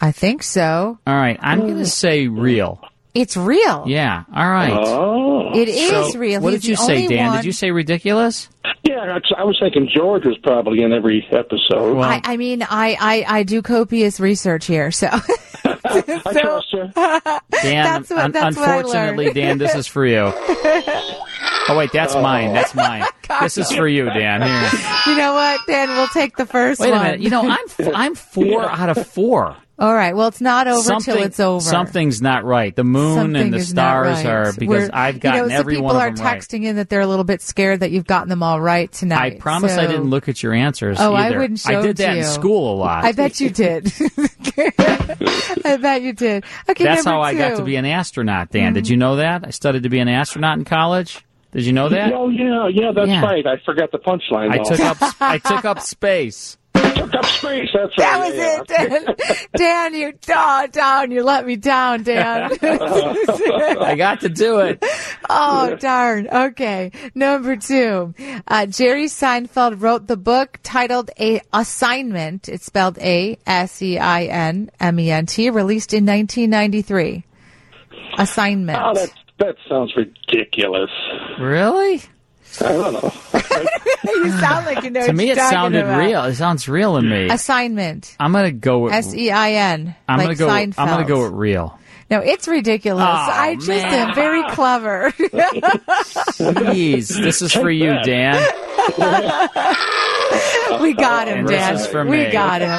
I think so. All right, I'm going to say real. It's real. Yeah. All right. Oh. It is So, real. What He's did you the say, only Dan? one- Did you say ridiculous? yeah, that's- I was thinking George was probably in every episode. I, I mean, I, I, I do copious research here, so. <laughs> so Dan, That's what- un- that's what I learned. unfortunately, Dan, this is for <laughs> you. Oh wait, that's mine. That's mine. This is for you, Dan. <laughs> Here. <laughs> you know what, Dan? We'll take the first Wait a one. minute. You know, I'm f- I'm four out of four. <laughs> All right. Well, it's not over till Something- it's over. Something's not right. The moon Something and the is not stars right. are because We're- I've gotten you know, every so one of People them are right. texting in that they're a little bit scared that you've gotten them all right tonight. I promise I so- didn't look at your answers. Oh, I either. wouldn't show I it did to that you. in school a lot. I bet you did. <laughs> I bet you did. Okay, That's number how I got two. to be an astronaut, Dan. Mm. Did you know that? I studied to be an astronaut in college. Did you know that? Oh yeah, yeah, that's right. I forgot the punchline. I though. took up <laughs> I took up space. took up space. That's That right. was it, <laughs> Dan. <laughs> Dan, you oh, down. You let me down, Dan. <laughs> I got to do it. Oh, darn. Okay. Number two. Uh, Jerry Seinfeld wrote the book titled A Assignment. It's spelled A S E I N M E N T, released in 1993. Assignment. Oh, that that sounds ridiculous. Really? I don't know. <laughs> you sound like you know to what me, you're it talking sounded about. real. It sounds real to me. Assignment. I'm gonna go. With, S E I N. I'm like gonna go. Seinfeld. I'm gonna go with <laughs> real. No, it's ridiculous. I just am very clever. <laughs> Jeez, this is Take for you, that. Dan. we got him, And Dan. this is for we me. got him. <laughs>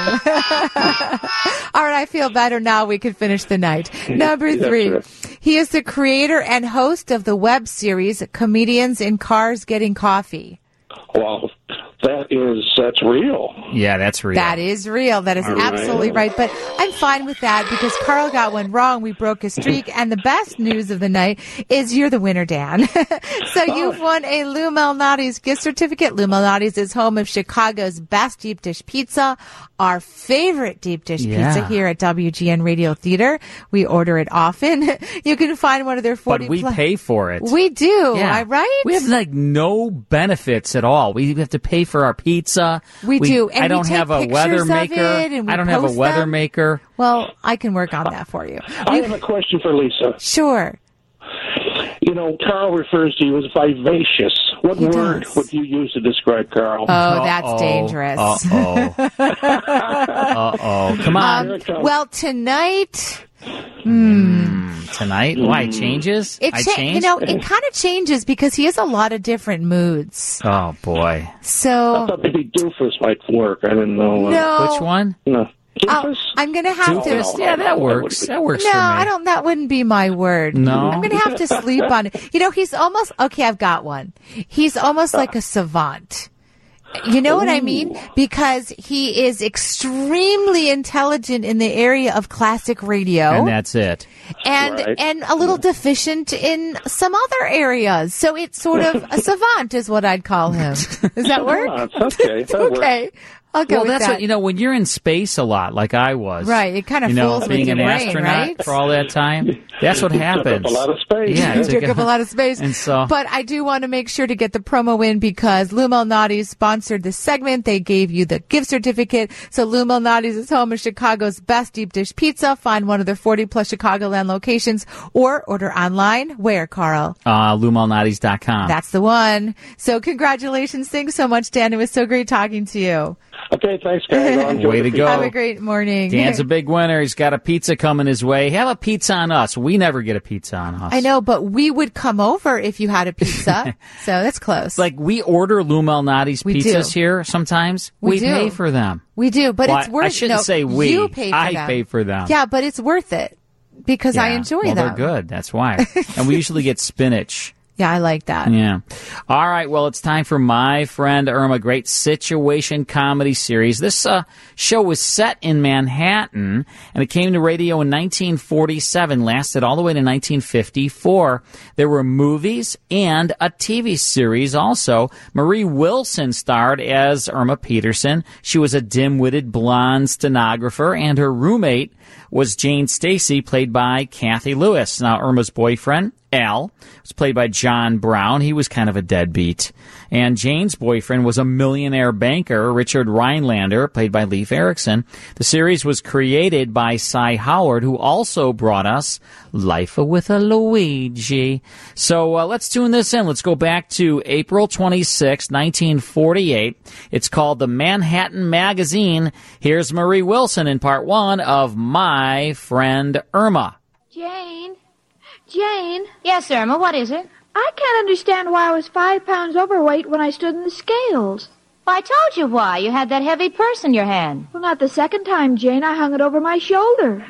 All right, I feel better now. We can finish the night. Number <laughs> Yeah, three, sure. he is the creator and host of the web series "Comedians in Cars Getting Coffee." Well, that is that's real. Yeah, that's real. That is real. That is All right. absolutely right. But I'm fine with that because Carl got one wrong. We broke his streak. And the best news of the night is you're the winner, Dan. <laughs> so Oh. you've won a Lou Malnati's gift certificate. Lou Malnati's is home of Chicago's best deep dish pizza, our favorite deep dish pizza Yeah. here at WGN Radio Theater. We order it often. <laughs> you can find one of their 40 But we pla- pay for it. We do, Yeah. I- right? We have like no benefits at all. We have to pay for our pizza. We do, and I we don't take have a pictures weather of maker. it, and we I don't have a post weather them. maker. well, I can work on <laughs> that for you. Oh. I have a question for Lisa. Sure. You know, Carl refers to you as vivacious. What word would you use to describe Carl? Oh, that's Uh-oh. dangerous. <laughs> Uh oh. uh oh. Come on. Um, well, tonight, hmm, tonight? Why it changes? It I cha- change. you know, it kind of changes because he has a lot of different moods. oh boy. So Maybe doofus might work. I don't know. uh, No. Which one? No. oh, I'm going to have Doofus? to. Yeah, that works. That works No, for me. I don't. That wouldn't be my word. No. I'm going to have to sleep on it. You know, he's almost okay. I've got one. He's almost like a savant. You know what I mean? Because he is extremely intelligent in the area of classic radio. And that's it. and Right. and a little deficient in some other areas. So it's sort of a savant is what I'd call him. Does that work? <laughs> okay. okay. I'll go well, with that's that. what you know when you're in space a lot, like I was. Right, it kinda you know, fools with being your an brain, astronaut right? for all that time. That's <laughs> what It took up happens. a lot of space. Yeah, You it took up a lot of space. And so, But I do want to make sure to get the promo in because Lou Malnati sponsored this segment. They gave you the gift certificate. So Lou Malnati's is home of Chicago's best deep dish pizza. Find one of their 40 plus Chicagoland locations or order online. Where, Carl? uh, lumalnati's.com. That's the one. So congratulations. Thanks so much, Dan. It was so great talking to you. Okay, thanks, guys. <laughs> I'll enjoy Way the to go. Have a great morning. <laughs> Dan's a big winner. He's got a pizza coming his way. Have a pizza on us. We never get a pizza on us. I know, but we would come over if you had <laughs> a pizza. so that's close. Like we order Lou Malnati's We do. pizzas here sometimes. We We, do. pay for them. We do, but Well, it's worth. I shouldn't no, say we. You pay for I them. pay for them. Yeah, but it's worth it because I Yeah. enjoy well, them. They're good. That's <laughs> why. and we usually get spinach. Yeah, I <laughs> like that. Yeah. All right. Well, it's time for my friend Irma. Great situation comedy series. This uh, show was set in Manhattan and it came to radio in 1947. Lasted all the way to 1954. There were movies and a TV series. Also, Marie Wilson starred as Irma Peterson. She was a dim-witted blonde stenographer, and her roommate was Jane Stacy, played by Kathy Lewis. Now, Irma's boyfriend, Al, was played by John Brown. He was kind of a deadbeat. And Jane's boyfriend was a millionaire banker, Richard Rhinelander, played by Leif Erikson. The series was created by Cy Howard, who also brought us Life with a Luigi. So uh, let's tune this in. Let's go back to April 26, 1948. It's called the Manhattan Magazine. Here's Marie Wilson in part one of My Friend Irma. Jane? Jane? Yes, Irma, what is it? I can't understand why I was five pounds overweight when I stood in the scales. Well, I told you why. You had that heavy purse in your hand. Well, not the second time, Jane. I hung it over my shoulder.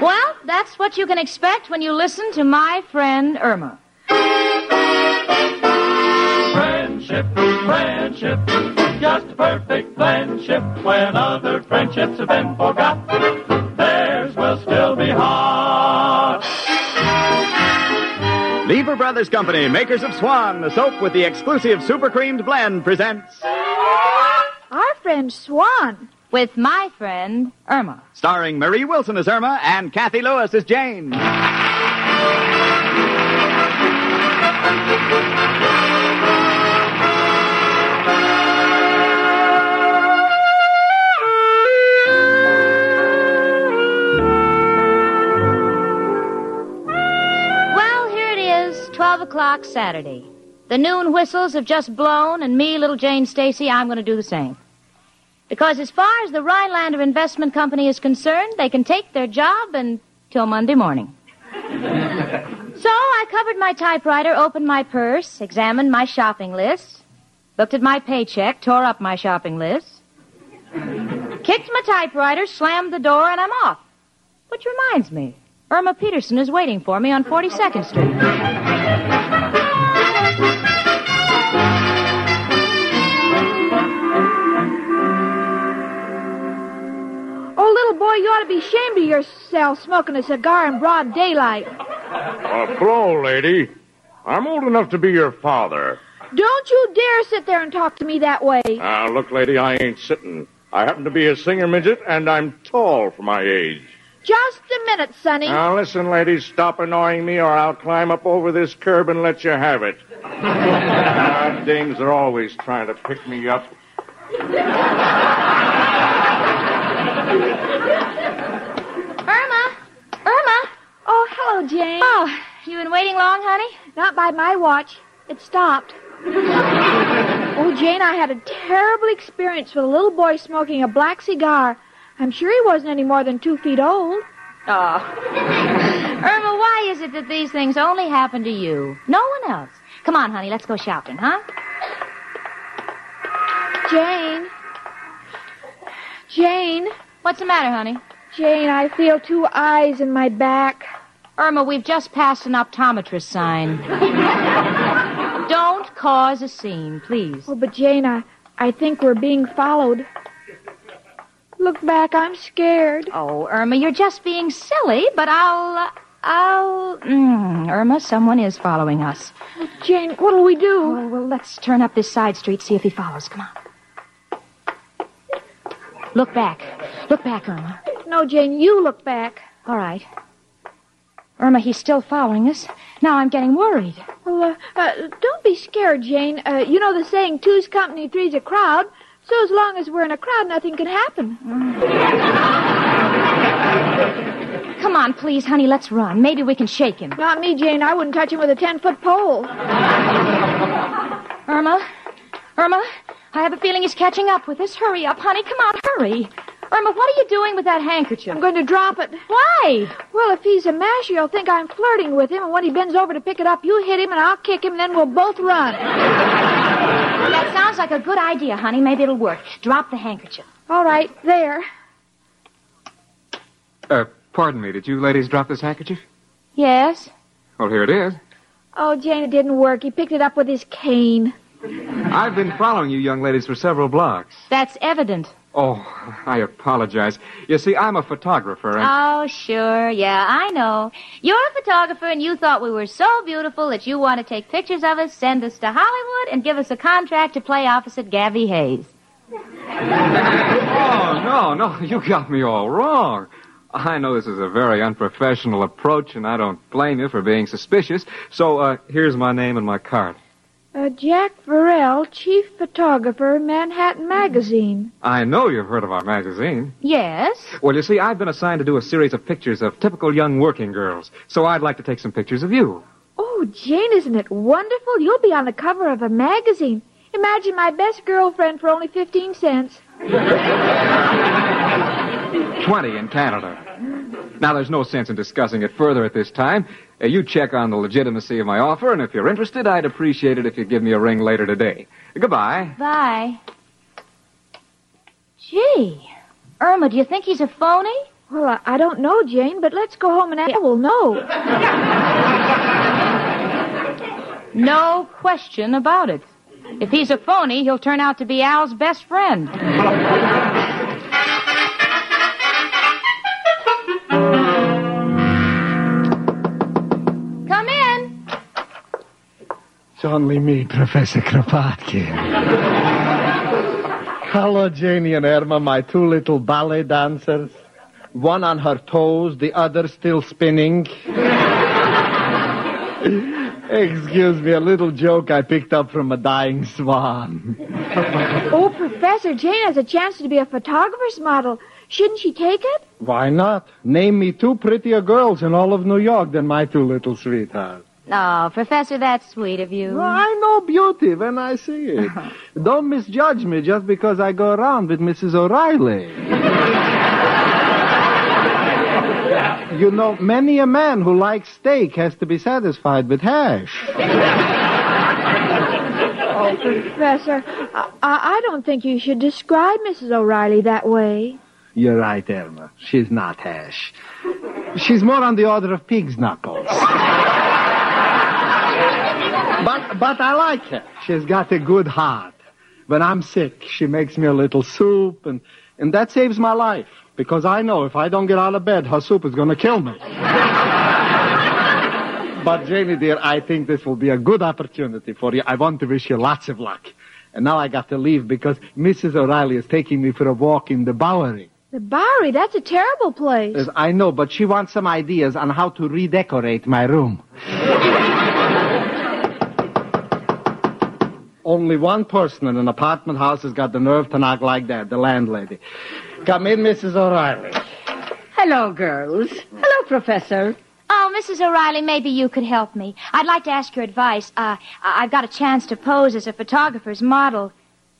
well, that's what you can expect when you listen to my friend Irma. Friendship, friendship, just perfect friendship. When other friendships have been forgot, theirs will still be hot. Lever Brothers Company, makers of Swan, the soap with the exclusive super creamed blend, presents Our friend Swan. With my friend Irma. starring Marie Wilson as Irma and Kathy Lewis as Jane. Well, here it is, 12 o'clock Saturday. The noon whistles have just blown, and me, little Jane Stacy, I'm going to do the same. Because as far as the Rhinelander Investment Company is concerned, they can take their job until Monday morning. so I covered my typewriter, opened my purse, examined my shopping list, looked at my paycheck, tore up my shopping list, kicked my typewriter, slammed the door, and I'm off. Which reminds me, Irma Peterson is waiting for me on 42nd Street. Oh, little boy, you ought to be ashamed of yourself smoking a cigar in broad daylight. Uh, Flo, lady, I'm old enough to be your father. Don't you dare sit there and talk to me that way. Now, look, lady, I ain't sitting. I happen to be a singer midget, and I'm tall for my age. Just a minute, Sonny. Now, listen, lady, stop annoying me, or I'll climb up over this curb and let you have it. <laughs> Ah, dames are always trying to pick me up. Irma! Irma! Oh, hello, Jane. Oh, you been waiting long, honey? Not by my watch. It stopped. oh, Jane, Jane, I had a terrible experience with a little boy smoking a black cigar. I'm sure he wasn't any more than two feet old. Oh. Irma, why is it that these things only happen to you? No one else. Come on, honey, let's go shopping, huh? Jane. Jane. What's the matter, honey? Jane, I feel two eyes in my back. Irma, we've just passed an optometrist sign. <laughs> Don't cause a scene, please. Oh, but Jane, I, I think we're being followed. Look back, I'm scared. Oh, Irma, you're just being silly, but I'll. Uh, I'll. Mm, Irma, someone is following us. Jane, what'll we do? Oh, well, let's turn up this side street, see if he follows. Come on. Look back. Look back, Irma. No, Jane, you look back. All right. Irma, he's still following us. Now I'm getting worried. Well, uh, uh, don't be scared, Jane. Uh, you know the saying, two's company, three's a crowd. So as long as we're in a crowd, nothing can happen. Mm. Come on, please, honey, let's run. Maybe we can shake him. Not me, Jane. I wouldn't touch him with a ten-foot pole. Irma? Irma? I have a feeling he's catching up with us. Hurry up, honey. Come on, hurry. Irma, what are you doing with that handkerchief? I'm going to drop it. Why? Well, if he's a masher, he'll think I'm flirting with him, and when he bends over to pick it up, you hit him, and I'll kick him, and then we'll both run. That sounds like a good idea, honey. Maybe it'll work. Drop the handkerchief. All right, there. Uh, pardon me, did you ladies drop this handkerchief? Yes? Well, here it is. Oh, Jane, it didn't work. He picked it up with his cane. I've been following you young ladies for several blocks. That's evident. Oh, I apologize. You see, I'm a photographer. And... Oh, sure. Yeah, I know. You're a photographer, and you thought we were so beautiful that you want to take pictures of us, send us to Hollywood, and give us a contract to play opposite Gabby Hayes. Oh, no, no, you got me all wrong. I know this is a very unprofessional approach, and I don't blame you for being suspicious. So, uh, here's my name and my card. Uh, Jack Varell, chief photographer, Manhattan Magazine. I know you've heard of our magazine. Yes? Well, you see, I've been assigned to do a series of pictures of typical young working girls, so I'd like to take some pictures of you. Oh, Jane, isn't it wonderful? You'll be on the cover of a magazine. Imagine my best girlfriend for only 15 cents. Twenty in Canada. Now, there's no sense in discussing it further at this time. Uh, you check on the legitimacy of my offer, and if you're interested, I'd appreciate it if you'd give me a ring later today. Goodbye. Bye. Gee. Irma, do you think he's a phony? Well, I, I don't know, Jane, but let's go home and I will know. No question about it. If he's a phony, he'll turn out to be Al's best friend. Come in. It's only me, Professor Kropotkin. Hello, Janie and Irma, my two little ballet dancers. One on her toes, the other still spinning. <laughs> Excuse me, a little joke I picked up from a dying swan. oh, Professor, Jane has a chance to be a photographer's model. Shouldn't she take it? Why not? Name me two prettier girls in all of New York than my two little sweethearts. Oh, Professor, that's sweet of you. Well, I know beauty when I see <laughs> it. Don't misjudge me just because I go around with Mrs. O'Reilly. you know, many a man who likes steak has to be satisfied with hash. Oh, Professor, I, I I don't think you should describe Mrs. O'Reilly that way. You're right, Irma. She's not hash. She's more on the order of pig's knuckles. but but <laughs> I like her. She's got a good heart. When I'm sick, she makes me a little soup, and, and that saves my life. Because I know if I don't get out of bed, her soup is going to kill me. but, Janie, dear, I think this will be a good opportunity for you. I want to wish you lots of luck. And now I got to leave because Mrs. O'Reilly is taking me for a walk in the Bowery. The Bowery, that's a terrible place. Yes, I know, but she wants some ideas on how to redecorate my room. Only one person in an apartment house has got the nerve to knock like that, the landlady. Come in, Mrs. O'Reilly. Hello, girls. Hello, Professor. Oh, Mrs. O'Reilly, maybe you could help me. I'd like to ask your advice. Uh, I- I've got a chance to pose as a photographer's model.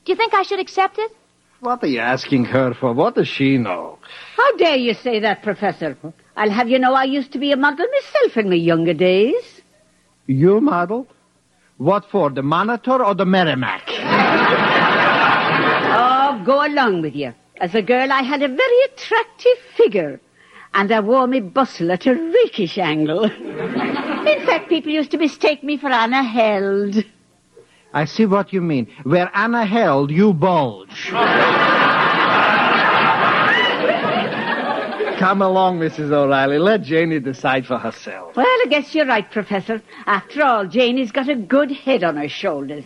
Do you think I should accept it? What are you asking her for? What does she know? How dare you say that, Professor? I'll have you know I used to be a model myself in my younger days. You model? What for? The Monitor or the Merrimack? Oh, go along with you. As a girl, I had a very attractive figure, and I wore my bustle at a rakish angle. in fact, people used to mistake me for Anna Held. I see what you mean. Where Anna held, you bulge. Come along, Mrs. O'Reilly. Let Janie decide for herself. Well, I guess you're right, Professor. After all, Janie's got a good head on her shoulders.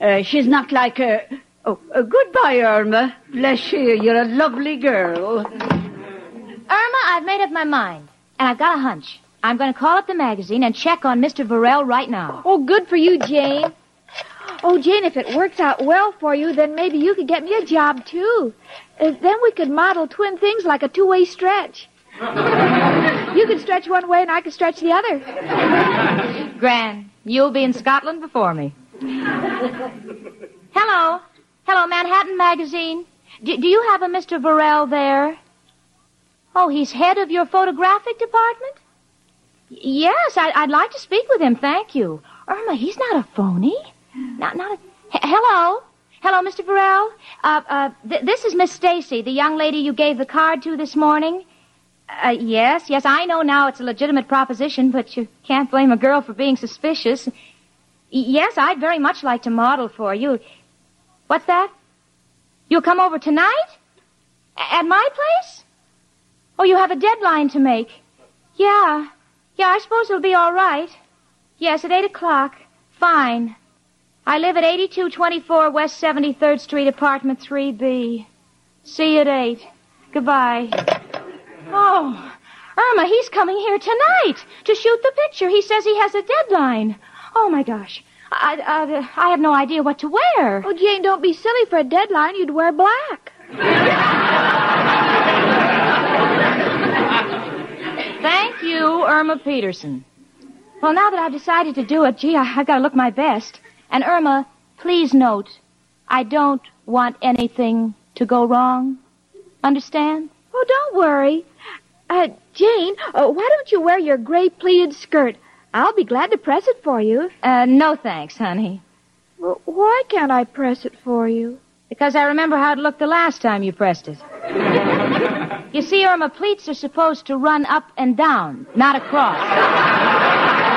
Uh, she's not like a. Oh, uh, goodbye, Irma. Bless you. You're a lovely girl. Irma, I've made up my mind, and I've got a hunch. I'm going to call up the magazine and check on Mr. Varell right now. Oh, good for you, Jane. Oh, Jane, if it works out well for you, then maybe you could get me a job, too. Uh, then we could model twin things like a two-way stretch. you could stretch one way and I could stretch the other. Gran, you'll be in Scotland before me. Hello. Hello, Manhattan Magazine. Do, do you have a Mr. Burrell there? Oh, he's head of your photographic department? Y- Yes, I, I'd like to speak with him, thank you. Irma, he's not a phony. Not, not a... H- hello? Hello, Mr. Burrell? Uh, uh, th- this is Miss Stacy, the young lady you gave the card to this morning. Uh, yes, yes, I know now it's a legitimate proposition, but you can't blame a girl for being suspicious. Y- yes, I'd very much like to model for you. What's that? You'll come over tonight? A- At my place? Oh, you have a deadline to make. Yeah. Yeah, I suppose it'll be all right. Yes, at 8 o'clock. Fine. I live at 8224 West 73rd Street, apartment 3B. See you at 8. Goodbye. Oh, Irma, he's coming here tonight to shoot the picture. He says he has a deadline. Oh, my gosh. I, I, I have no idea what to wear. Oh, Jane, don't be silly. For a deadline, you'd wear black. Thank you, Irma Peterson. Well, now that I've decided to do it, gee, I, I've got to look my best. And Irma, please note, I don't want anything to go wrong. Understand? Oh, don't worry. Uh, Jane, uh, why don't you wear your gray pleated skirt? I'll be glad to press it for you. Uh, no thanks, honey. Well, why can't I press it for you? Because I remember how it looked the last time you pressed it. you see, Irma, pleats are supposed to run up and down, not across.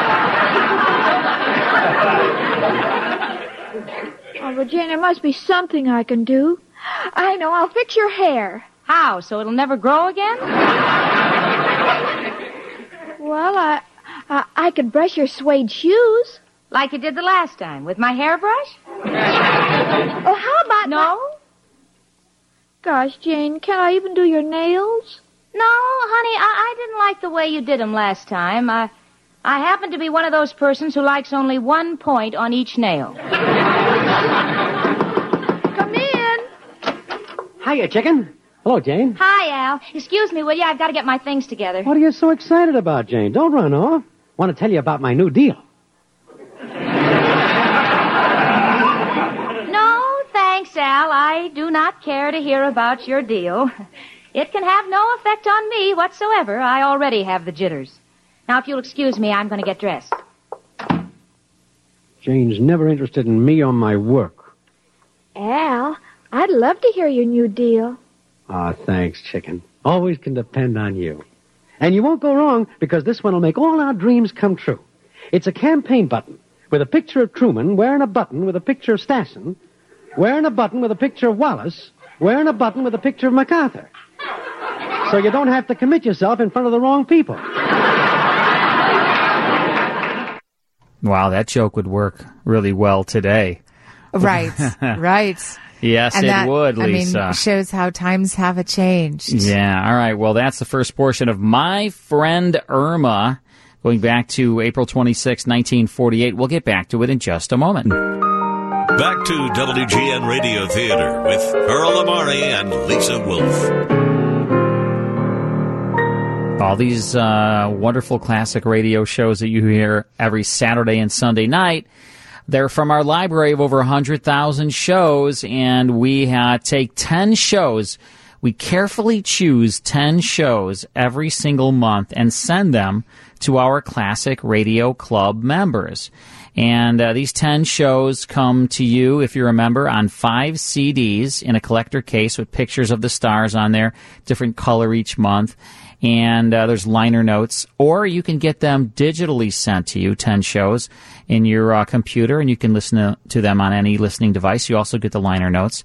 Oh, well, Jane, there must be something I can do. I know, I'll fix your hair. How? So it'll never grow again? Well, I, I, I could brush your suede shoes. Like you did the last time, with my hairbrush? Oh, how about no? Gosh, Jane, can I even do your nails? No, honey, I, I didn't like the way you did 'em last time. I, I happen to be one of those persons who likes only one point on each nail. Come in. Hiya, chicken. Hello, Jane. Hi, Al. Excuse me, will you? I've got to get my things together. What are you so excited about, Jane? Don't run off. Want to tell you about my new deal. No, thanks, Al. I do not care to hear about your deal. It can have no effect on me whatsoever. I already have the jitters. Now, if you'll excuse me, I'm going to get dressed. Jane's never interested in me or my work. Al, I'd love to hear your new deal. Ah, thanks, chicken. Always can depend on you. And you won't go wrong because this one will make all our dreams come true. It's a campaign button with a picture of Truman wearing a button with a picture of Stassen, wearing a button with a picture of Wallace, wearing a button with a picture of MacArthur. So you don't have to commit yourself in front of the wrong people. Wow, that joke would work really well today. Right, right. Yes, and it that, would, Lisa. I mean, shows how times have a changed. Yeah. All right. Well, that's the first portion of My Friend Irma, going back to April 26, 1948. We'll get back to it in just a moment. Back to WGN Radio Theater with Earl Amari and Lisa Wolf. All these uh, wonderful classic radio shows that you hear every Saturday and Sunday night. They're from our library of over 100,000 shows, and we uh, take 10 shows. We carefully choose 10 shows every single month and send them to our Classic Radio Club members. And uh, these 10 shows come to you, if you remember, on five CDs in a collector case with pictures of the stars on there, different color each month. And uh, there's liner notes, or you can get them digitally sent to you, 10 shows in your uh, computer, and you can listen to, to them on any listening device. You also get the liner notes.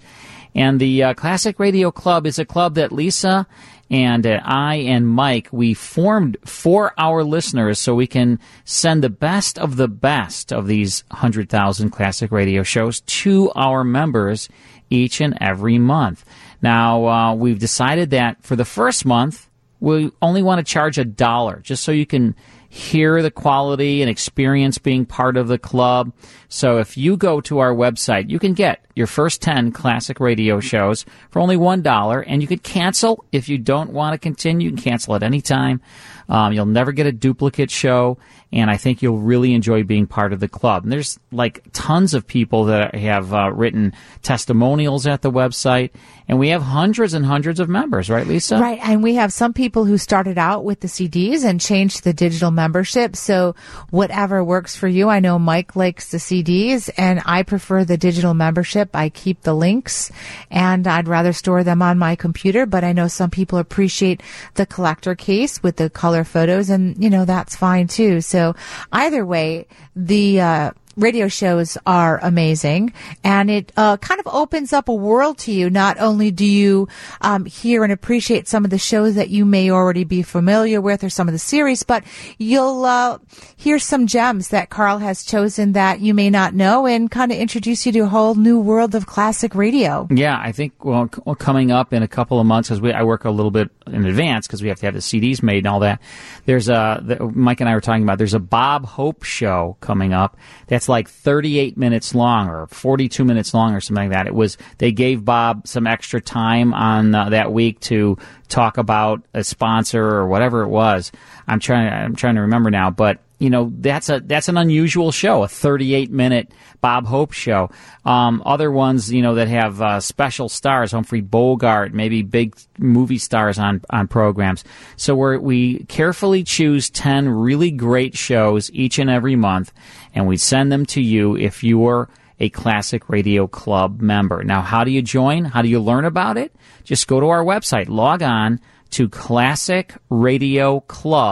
And the uh, Classic Radio Club is a club that Lisa and uh, I and Mike we formed for our listeners, so we can send the best of the best of these hundred thousand classic radio shows to our members each and every month. Now uh, we've decided that for the first month we only want to charge a dollar just so you can hear the quality and experience being part of the club. So if you go to our website, you can get your first 10 classic radio shows for only $1 and you could cancel if you don't want to continue. You can cancel at any time. Um, you'll never get a duplicate show and I think you'll really enjoy being part of the club. And there's like tons of people that have uh, written testimonials at the website and we have hundreds and hundreds of members, right, Lisa? Right. And we have some people who started out with the CDs and changed to the digital membership. So whatever works for you. I know Mike likes the CDs and I prefer the digital membership. I keep the links and I'd rather store them on my computer, but I know some people appreciate the collector case with the color photos and, you know, that's fine too. So either way, the, uh, radio shows are amazing and it uh, kind of opens up a world to you not only do you um, hear and appreciate some of the shows that you may already be familiar with or some of the series but you'll uh, hear some gems that carl has chosen that you may not know and kind of introduce you to a whole new world of classic radio Yeah, I think well, c- well, coming up in a couple of months, because we I work a little bit in advance because we have to have the CDs made and all that. There's a the, Mike and I were talking about. There's a Bob Hope show coming up that's like 38 minutes long or 42 minutes long or something like that. It was they gave Bob some extra time on uh, that week to talk about a sponsor or whatever it was. I'm trying I'm trying to remember now, but you know that's a that's an unusual show, a 38 minute Bob Hope show. Um, other ones, you know, that have uh, special stars, Humphrey Bogart, maybe big movie stars on on programs. So we we carefully choose 10 really great shows each and every month, and we send them to you if you are a Classic Radio Club member. Now, how do you join? How do you learn about it? Just go to our website, log on to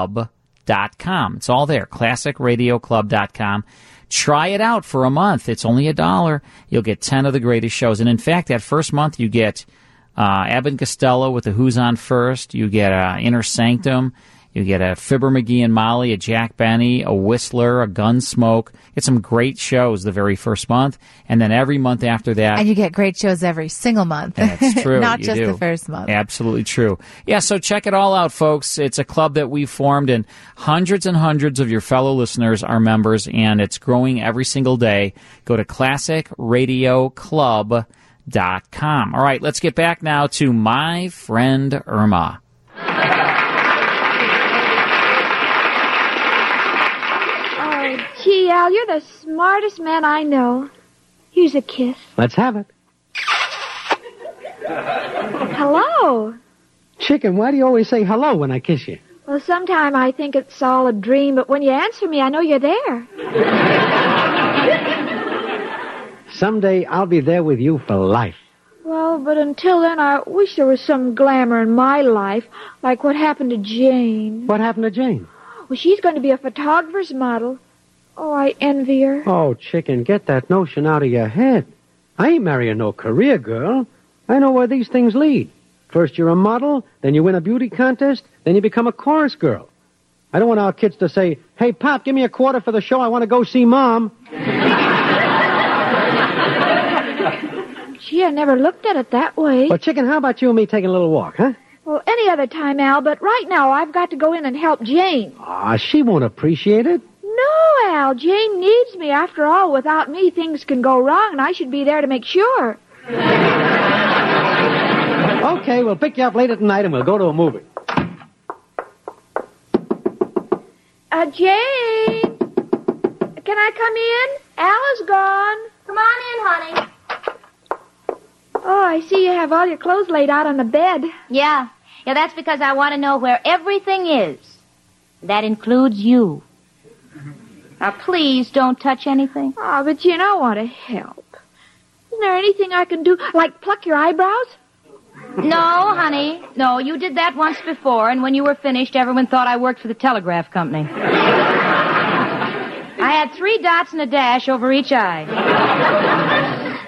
classicradioclub.com. It's all there, classicradioclub.com. Try it out for a month. It's only a dollar. You'll get 10 of the greatest shows. And in fact, that first month, you get uh, Abbott and Costello with the Who's On First. You get uh, Inner Sanctum. You get a Fibber McGee and Molly, a Jack Benny, a Whistler, a Gunsmoke. Get some great shows the very first month, and then every month after that. and you get great shows every single month <laughs> That's true. not you just do. the first month Absolutely true. Yeah, so check it all out, folks. It's a club that we formed, and hundreds and hundreds of your fellow listeners are members, and it's growing every single day. Go to classicradioclub.com. All right, let's get back now to my friend Irma. Oh, gee, Al, you're the smartest man I know. Here's a kiss. Let's have it. Hello. Chicken, why do you always say hello when I kiss you? Well, sometime I think it's all a dream, but when you answer me, I know you're there. Someday I'll be there with you for life. Well, but until then, I wish there was some glamour in my life, like what happened to Jane. What happened to Jane? Well, she's going to be a photographer's model. Oh, I envy her. Oh, chicken, get that notion out of your head. I ain't marrying no career girl. I know where these things lead. First you're a model, then you win a beauty contest, then you become a chorus girl. I don't want our kids to say, hey, Pop, give me a quarter for the show. I want to go see Mom. Gee, I never looked at it that way. Well, chicken, how about you and me taking a little walk, huh? Well, any other time, Al, but right now I've got to go in and help Jane. Ah, she won't appreciate it. No, Al, Jane needs me. After all, without me, things can go wrong, and I should be there to make sure. Okay, we'll pick you up later tonight and we'll go to a movie. Uh, Jane! Can I come in? Al is gone. Come on in, honey. Oh, I see you have all your clothes laid out on the bed. Yeah. Yeah, that's because I want to know where everything is. That includes you. Now, please don't touch anything. Oh, but you know I want to help. Isn't there anything I can do, like pluck your eyebrows? No, honey. No, you did that once before, and when you were finished, everyone thought I worked for the telegraph company. I had three dots and a dash over each <laughs> eye.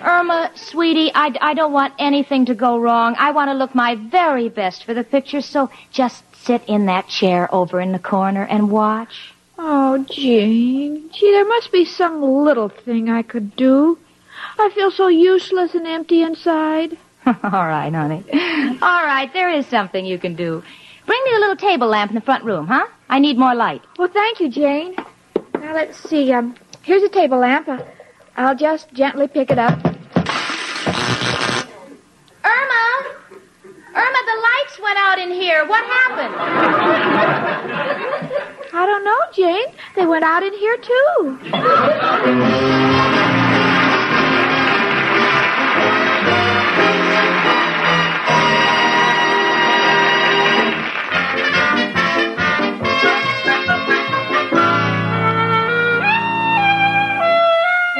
Irma, sweetie, I, I don't want anything to go wrong. I want to look my very best for the picture, so just sit in that chair over in the corner and watch. Oh, Jane. Gee, there must be some little thing I could do. I feel so useless and empty inside. All right, honey. All right, there is something you can do. Bring me a little table lamp in the front room, huh? I need more light. Well, thank you, Jane. Now let's see. Um, here's a table lamp. Uh, I'll just gently pick it up. Irma! Irma, the lights went out in here. What happened? I don't know, Jane. They went out in here too.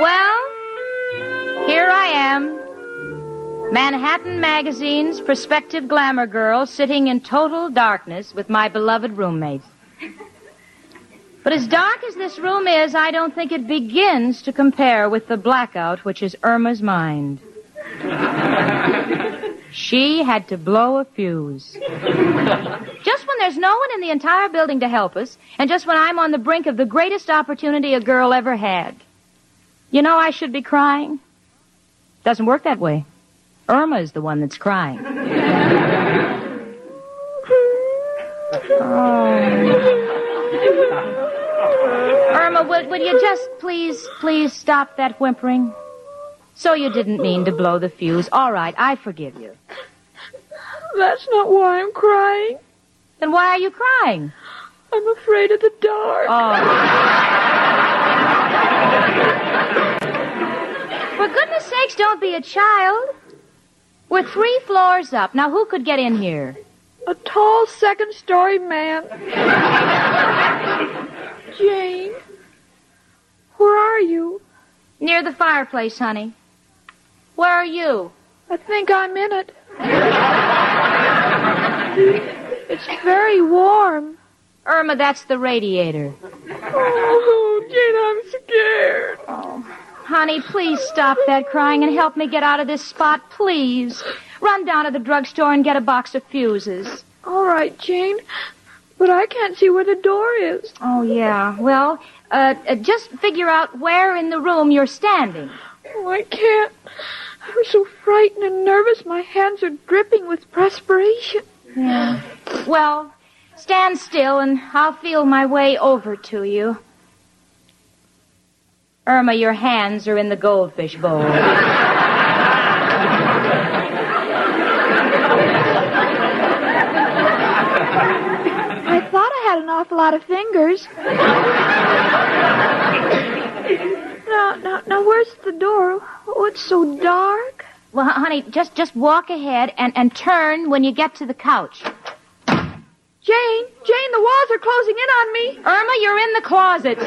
Well, here I am. Manhattan Magazine's prospective glamour girl sitting in total darkness with my beloved roommates. But as dark as this room is, I don't think it begins to compare with the blackout which is Irma's mind. She had to blow a fuse. Just when there's no one in the entire building to help us, and just when I'm on the brink of the greatest opportunity a girl ever had. You know, I should be crying. Doesn't work that way. Irma is the one that's crying. Irma, will, will you just please, please stop that whimpering? So you didn't mean to blow the fuse. All right, I forgive you. That's not why I'm crying. Then why are you crying? Oh. I'm afraid of the dark. For goodness sakes, don't be a child. We're three floors up. Now, who could get in here? A tall second story man. Jane, where are you? Near the fireplace, honey. Where are you? I think I'm in it. it's very warm. Irma, that's the radiator. Oh, Jane, I'm scared. Honey, please stop that crying and help me get out of this spot, please. Run down to the drugstore and get a box of fuses. All right, Jane, but I can't see where the door is. Oh, yeah. Well, uh, uh, just figure out where in the room you're standing. Oh, I can't. I'm so frightened and nervous. My hands are dripping with perspiration. Yeah. Well, stand still and I'll feel my way over to you. Irma, your hands are in the goldfish <laughs> bowl. I thought I had an awful lot of fingers. <laughs> now, now, now, where's the door? Oh, it's so dark. Well, hon- honey, just just walk ahead and, and turn when you get to the couch. Jane, Jane, the walls are closing in on me. Irma, you're in the <laughs> closet.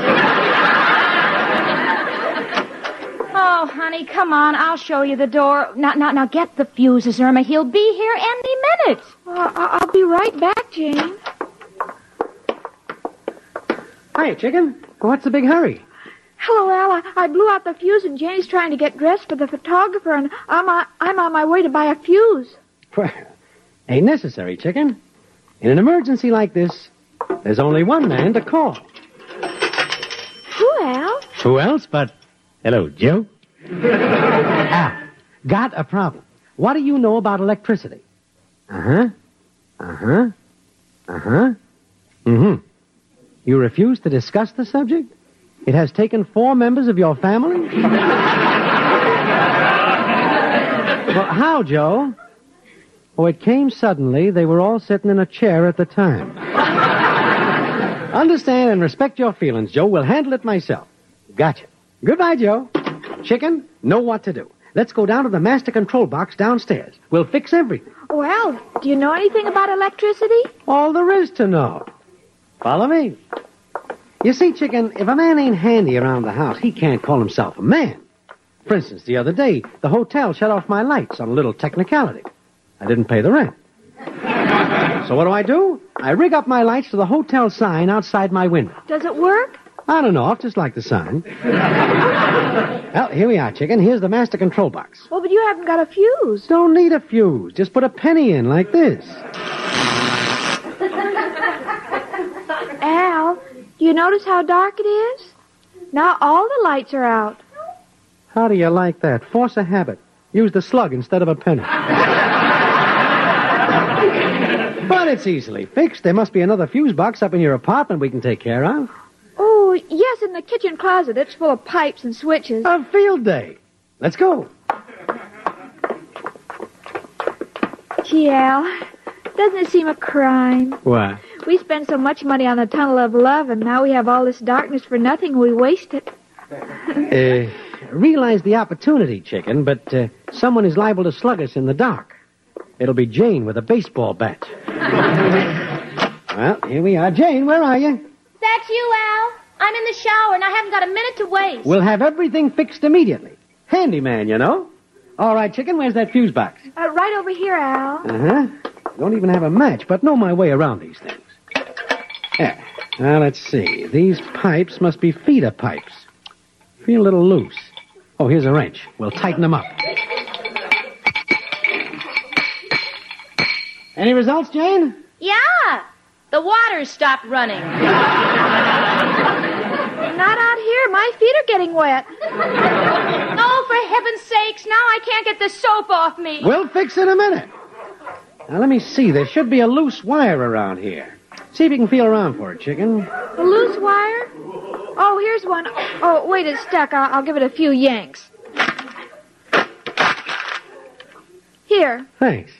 oh, honey, come on. I'll show you the door. Now, now, now, get the fuses, Irma. He'll be here any minute. Uh, I- I'll be right back, Jane. Hi, chicken. What's the big hurry? Hello, Al. I, I blew out the fuse, and Jane's trying to get dressed for the photographer, and I'm on, I'm on my way to buy a fuse. Well, ain't necessary, chicken. In an emergency like this, there's only one man to call. Who, Al? Who else but. Hello, Joe? Al, got a problem. What do you know about electricity? Uh huh. Uh huh. Uh huh. Mm hmm. You refuse to discuss the subject? It has taken four members of your family? well, how, Joe? Oh, it came suddenly. They were all sitting in a chair at the time. Understand and respect your feelings, Joe. We'll handle it myself. Gotcha. Goodbye, Joe. Chicken, know what to do. Let's go down to the master control box downstairs. We'll fix everything. Well, Oh, do you know anything about electricity? All there is to know. Follow me. You see, Chicken, if a man ain't handy around the house, he can't call himself a man. For instance, the other day, the hotel shut off my lights on a little technicality. I didn't pay the rent. so what do I do? I rig up my lights to the hotel sign outside my window. Does it work? I don't know, I'll just like the sign. well, here we are, Chicken. Here's the master control box. Well, but you haven't got a fuse. Don't need a fuse. Just put a penny in like this. Al, do you notice how dark it is? Now all the lights are out. How do you like that? Force a habit. Use the slug instead of a penny. but it's easily fixed. There must be another fuse box up in your apartment we can take care of. Oh, yes, in the kitchen closet. It's full of pipes and switches. A field day. Let's go. Gee, Al, doesn't it seem a crime? Why? We spend so much money on the tunnel of love, and now we have all this darkness for nothing. We waste it. Uh, realize the opportunity, chicken, but uh, someone is liable to slug us in the dark. It'll be Jane with a baseball bat. well, here we are. Jane, where are you? That's you, Al. I'm in the shower and I haven't got a minute to waste. We'll have everything fixed immediately. Handyman, you know. All right, chicken, where's that fuse box? Uh, right over here, Al. Uh huh. Don't even have a match, but know my way around these things. There. Now, let's see. These pipes must be feeder pipes. Feel a little loose. Oh, here's a wrench. We'll tighten them up. Any results, Jane? Yeah! The water stopped <laughs> running. Not out here. My feet are getting wet. oh, for heaven's sakes, now I can't get the soap off me. We'll fix in a minute. Now, let me see. There should be a loose wire around here. See if you can feel around for it, chicken. A loose wire? Oh, here's one. Oh, wait, it's stuck. I'll, I'll give it a few yanks. Here. Thanks.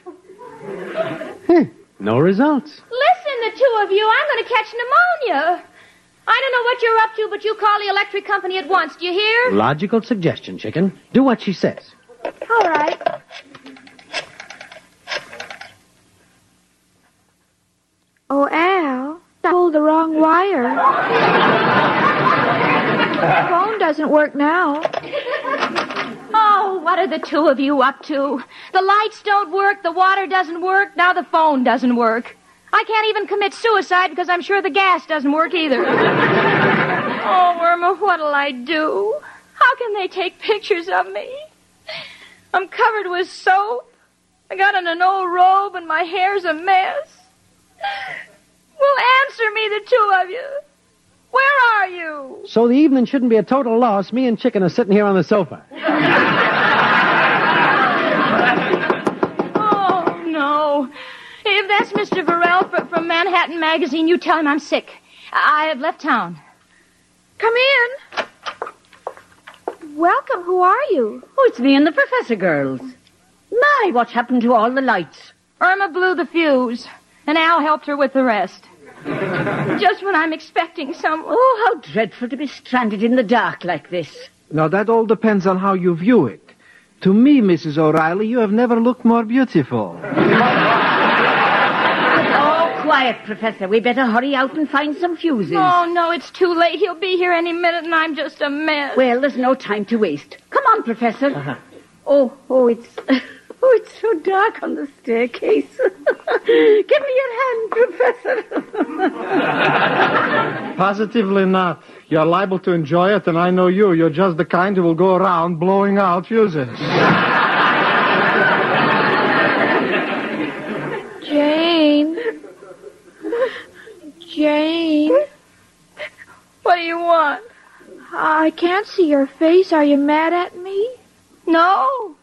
Huh, no results. Listen, the two of you, I'm going to catch pneumonia. I don't know what you're up to, but you call the electric company at once. Do you hear? Logical suggestion, chicken. Do what she says. All right. Oh, Al, I pulled the wrong wire. The phone doesn't work now. Oh, what are the two of you up to? The lights don't work, the water doesn't work, now the phone doesn't work. I can't even commit suicide because I'm sure the gas doesn't work either. oh, Irma, what'll I do? How can they take pictures of me? I'm covered with soap. I got on an old robe and my hair's a mess. Well, answer me, the two of you. Where are you? So the evening shouldn't be a total loss. Me and Chicken are sitting here on the sofa. Oh, no. If that's Mr. Varel fr- from Manhattan Magazine, you tell him I'm sick. I I have left town. Come in. Welcome. Who are you? Oh, it's me and the professor girls. My, what happened to all the lights? Irma blew the fuse, and Al helped her with the rest. <laughs> Just when I'm expecting someone. Oh, how dreadful to be stranded in the dark like this. Now, that all depends on how you view it. To me, Mrs. O'Reilly, you have never looked more beautiful. Oh, quiet, Professor. We better hurry out and find some fuses. Oh, no, it's too late. He'll be here any minute, and I'm just a mess. Well, there's no time to waste. Come on, Professor. Oh, oh, it's. <laughs> Oh, it's so dark on the staircase. <laughs> Give me your hand, Professor. Positively not. You're liable to enjoy it, and I know you. You're just the kind who will go around blowing out fuses. Jane. Jane. What do you want? I can't see your face. Are you mad at me? No.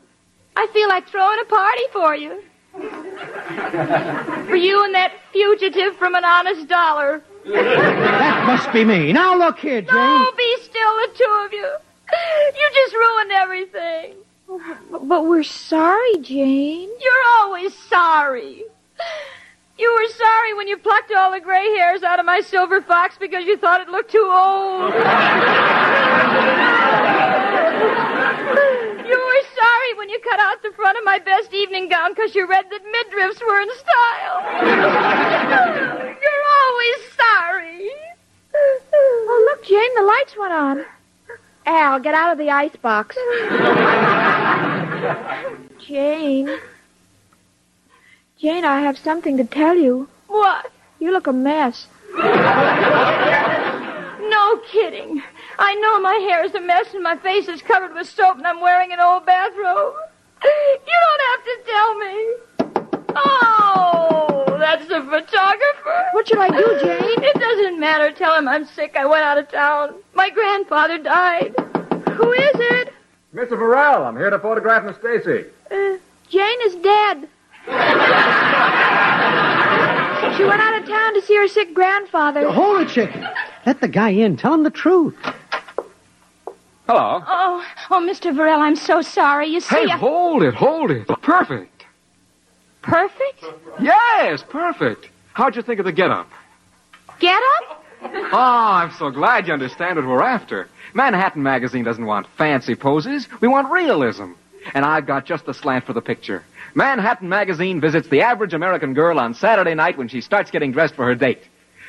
I feel like throwing a party for you. for you and that fugitive from an honest dollar. That must be me. Now look here, Jane. No, be still, the two of you. You just ruined everything. But we're sorry, Jane. You're always sorry. You were sorry when you plucked all the gray hairs out of my silver fox because you thought it looked too old. you were sorry when you cut out the front of my best evening gown because you read that midriffs were in style. You're always sorry. Oh, look, Jane, the lights went on. Al, get out of the icebox. Jane. Jane, I have something to tell you. What? You look a mess. No kidding. I know my hair is a mess and my face is covered with soap and I'm wearing an old bathrobe. You don't have to tell me. Oh, that's the photographer. What should I do, Jane? It doesn't matter. Tell him I'm sick. I went out of town. My grandfather died. Who is it? Mr. Burrell, I'm here to photograph Miss Stacy. Uh, Jane is dead. she went out of town to see her sick grandfather. Hold it, chicken. Let the guy in. Tell him the truth. Hello. Oh, oh, Mr. Varell, I'm so sorry. You see, Hey, I- hold it, hold it. Perfect. perfect Yes, perfect. How'd you think of the getup? get up. Oh, <laughs> I'm so glad you understand what we're after. Manhattan Magazine doesn't want fancy poses. We want realism. And I've got just the slant for the picture. Manhattan Magazine visits the average American girl on Saturday night when she starts getting dressed for her date.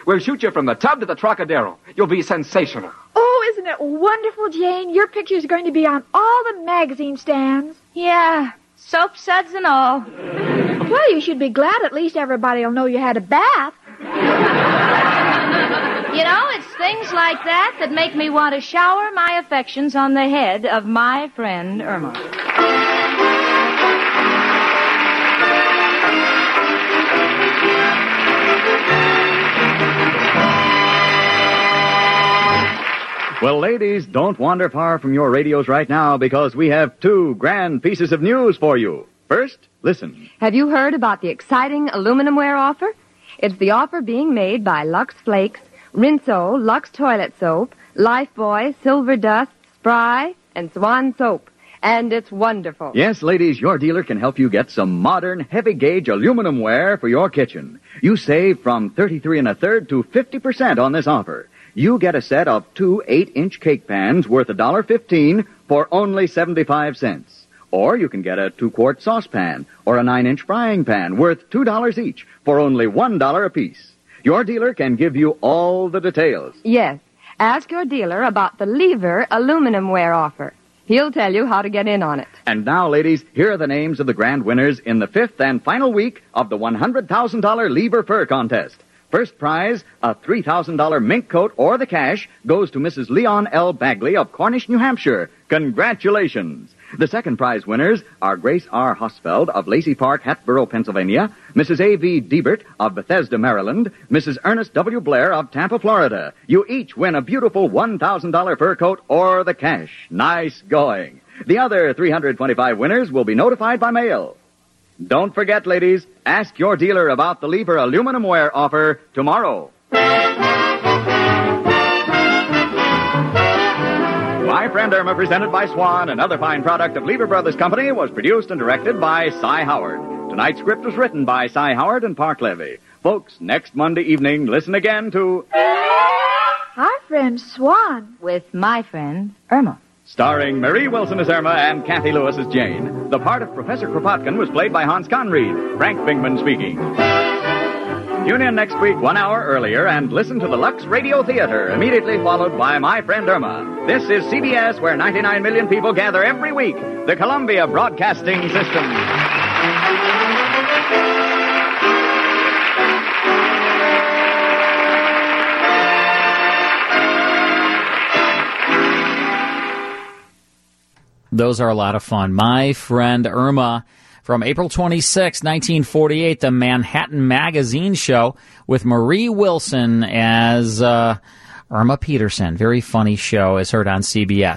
We'll shoot you from the tub to the Trocadero. You'll be sensational. Oh, isn't it wonderful, Jane? Your picture is going to be on all the magazine stands. Yeah, soap suds and all. Well, you should be glad at least everybody will know you had a bath. You know, it's things like that that make me want to shower my affections on the head of my friend Irma. Well, ladies, don't wander far from your radios right now because we have two grand pieces of news for you. First, listen. Have you heard about the exciting aluminum ware offer? It's the offer being made by Lux Flakes, Rinso, Lux Toilet Soap, Lifebuoy, Silver Dust, Spry, and Swan Soap. And it's wonderful. Yes, ladies, your dealer can help you get some modern, heavy gauge aluminum ware for your kitchen. You save from 33 and a third to 50% on this offer. You get a set of two 8 inch cake pans worth $1.15 for only 75 cents. Or you can get a 2 quart saucepan or a 9 inch frying pan worth $2 each for only $1 apiece. Your dealer can give you all the details. Yes. Ask your dealer about the Lever aluminum ware offer. He'll tell you how to get in on it. And now, ladies, here are the names of the grand winners in the fifth and final week of the $100,000 Lever Fur Contest. First prize, a $3,000 mink coat or the cash, goes to Mrs. Leon L. Bagley of Cornish, New Hampshire. Congratulations! The second prize winners are Grace R. Hosfeld of Lacey Park, Hatboro, Pennsylvania, Mrs. A.V. Debert of Bethesda, Maryland, Mrs. Ernest W. Blair of Tampa, Florida. You each win a beautiful $1,000 fur coat or the cash. Nice going. The other 325 winners will be notified by mail. Don't forget, ladies, ask your dealer about the Lever aluminum ware offer tomorrow. My Friend Irma, presented by Swan, another fine product of Lever Brothers Company, was produced and directed by Cy Howard. Tonight's script was written by Cy Howard and Park Levy. Folks, next Monday evening, listen again to Our friend Swan. With my friend Irma. starring Marie Wilson as Irma and Kathy Lewis as Jane. The part of Professor Kropotkin was played by Hans Conried. Frank Bingman speaking. Tune in next week one hour earlier and listen to the Lux Radio Theater, immediately followed by My Friend Irma. This is CBS, where 99 million people gather every week. The Columbia Broadcasting System. Those are a lot of fun. My friend Irma from April 26, 1948, the Manhattan Magazine show with Marie Wilson as uh, Irma Peterson. Very funny show as heard on CBS.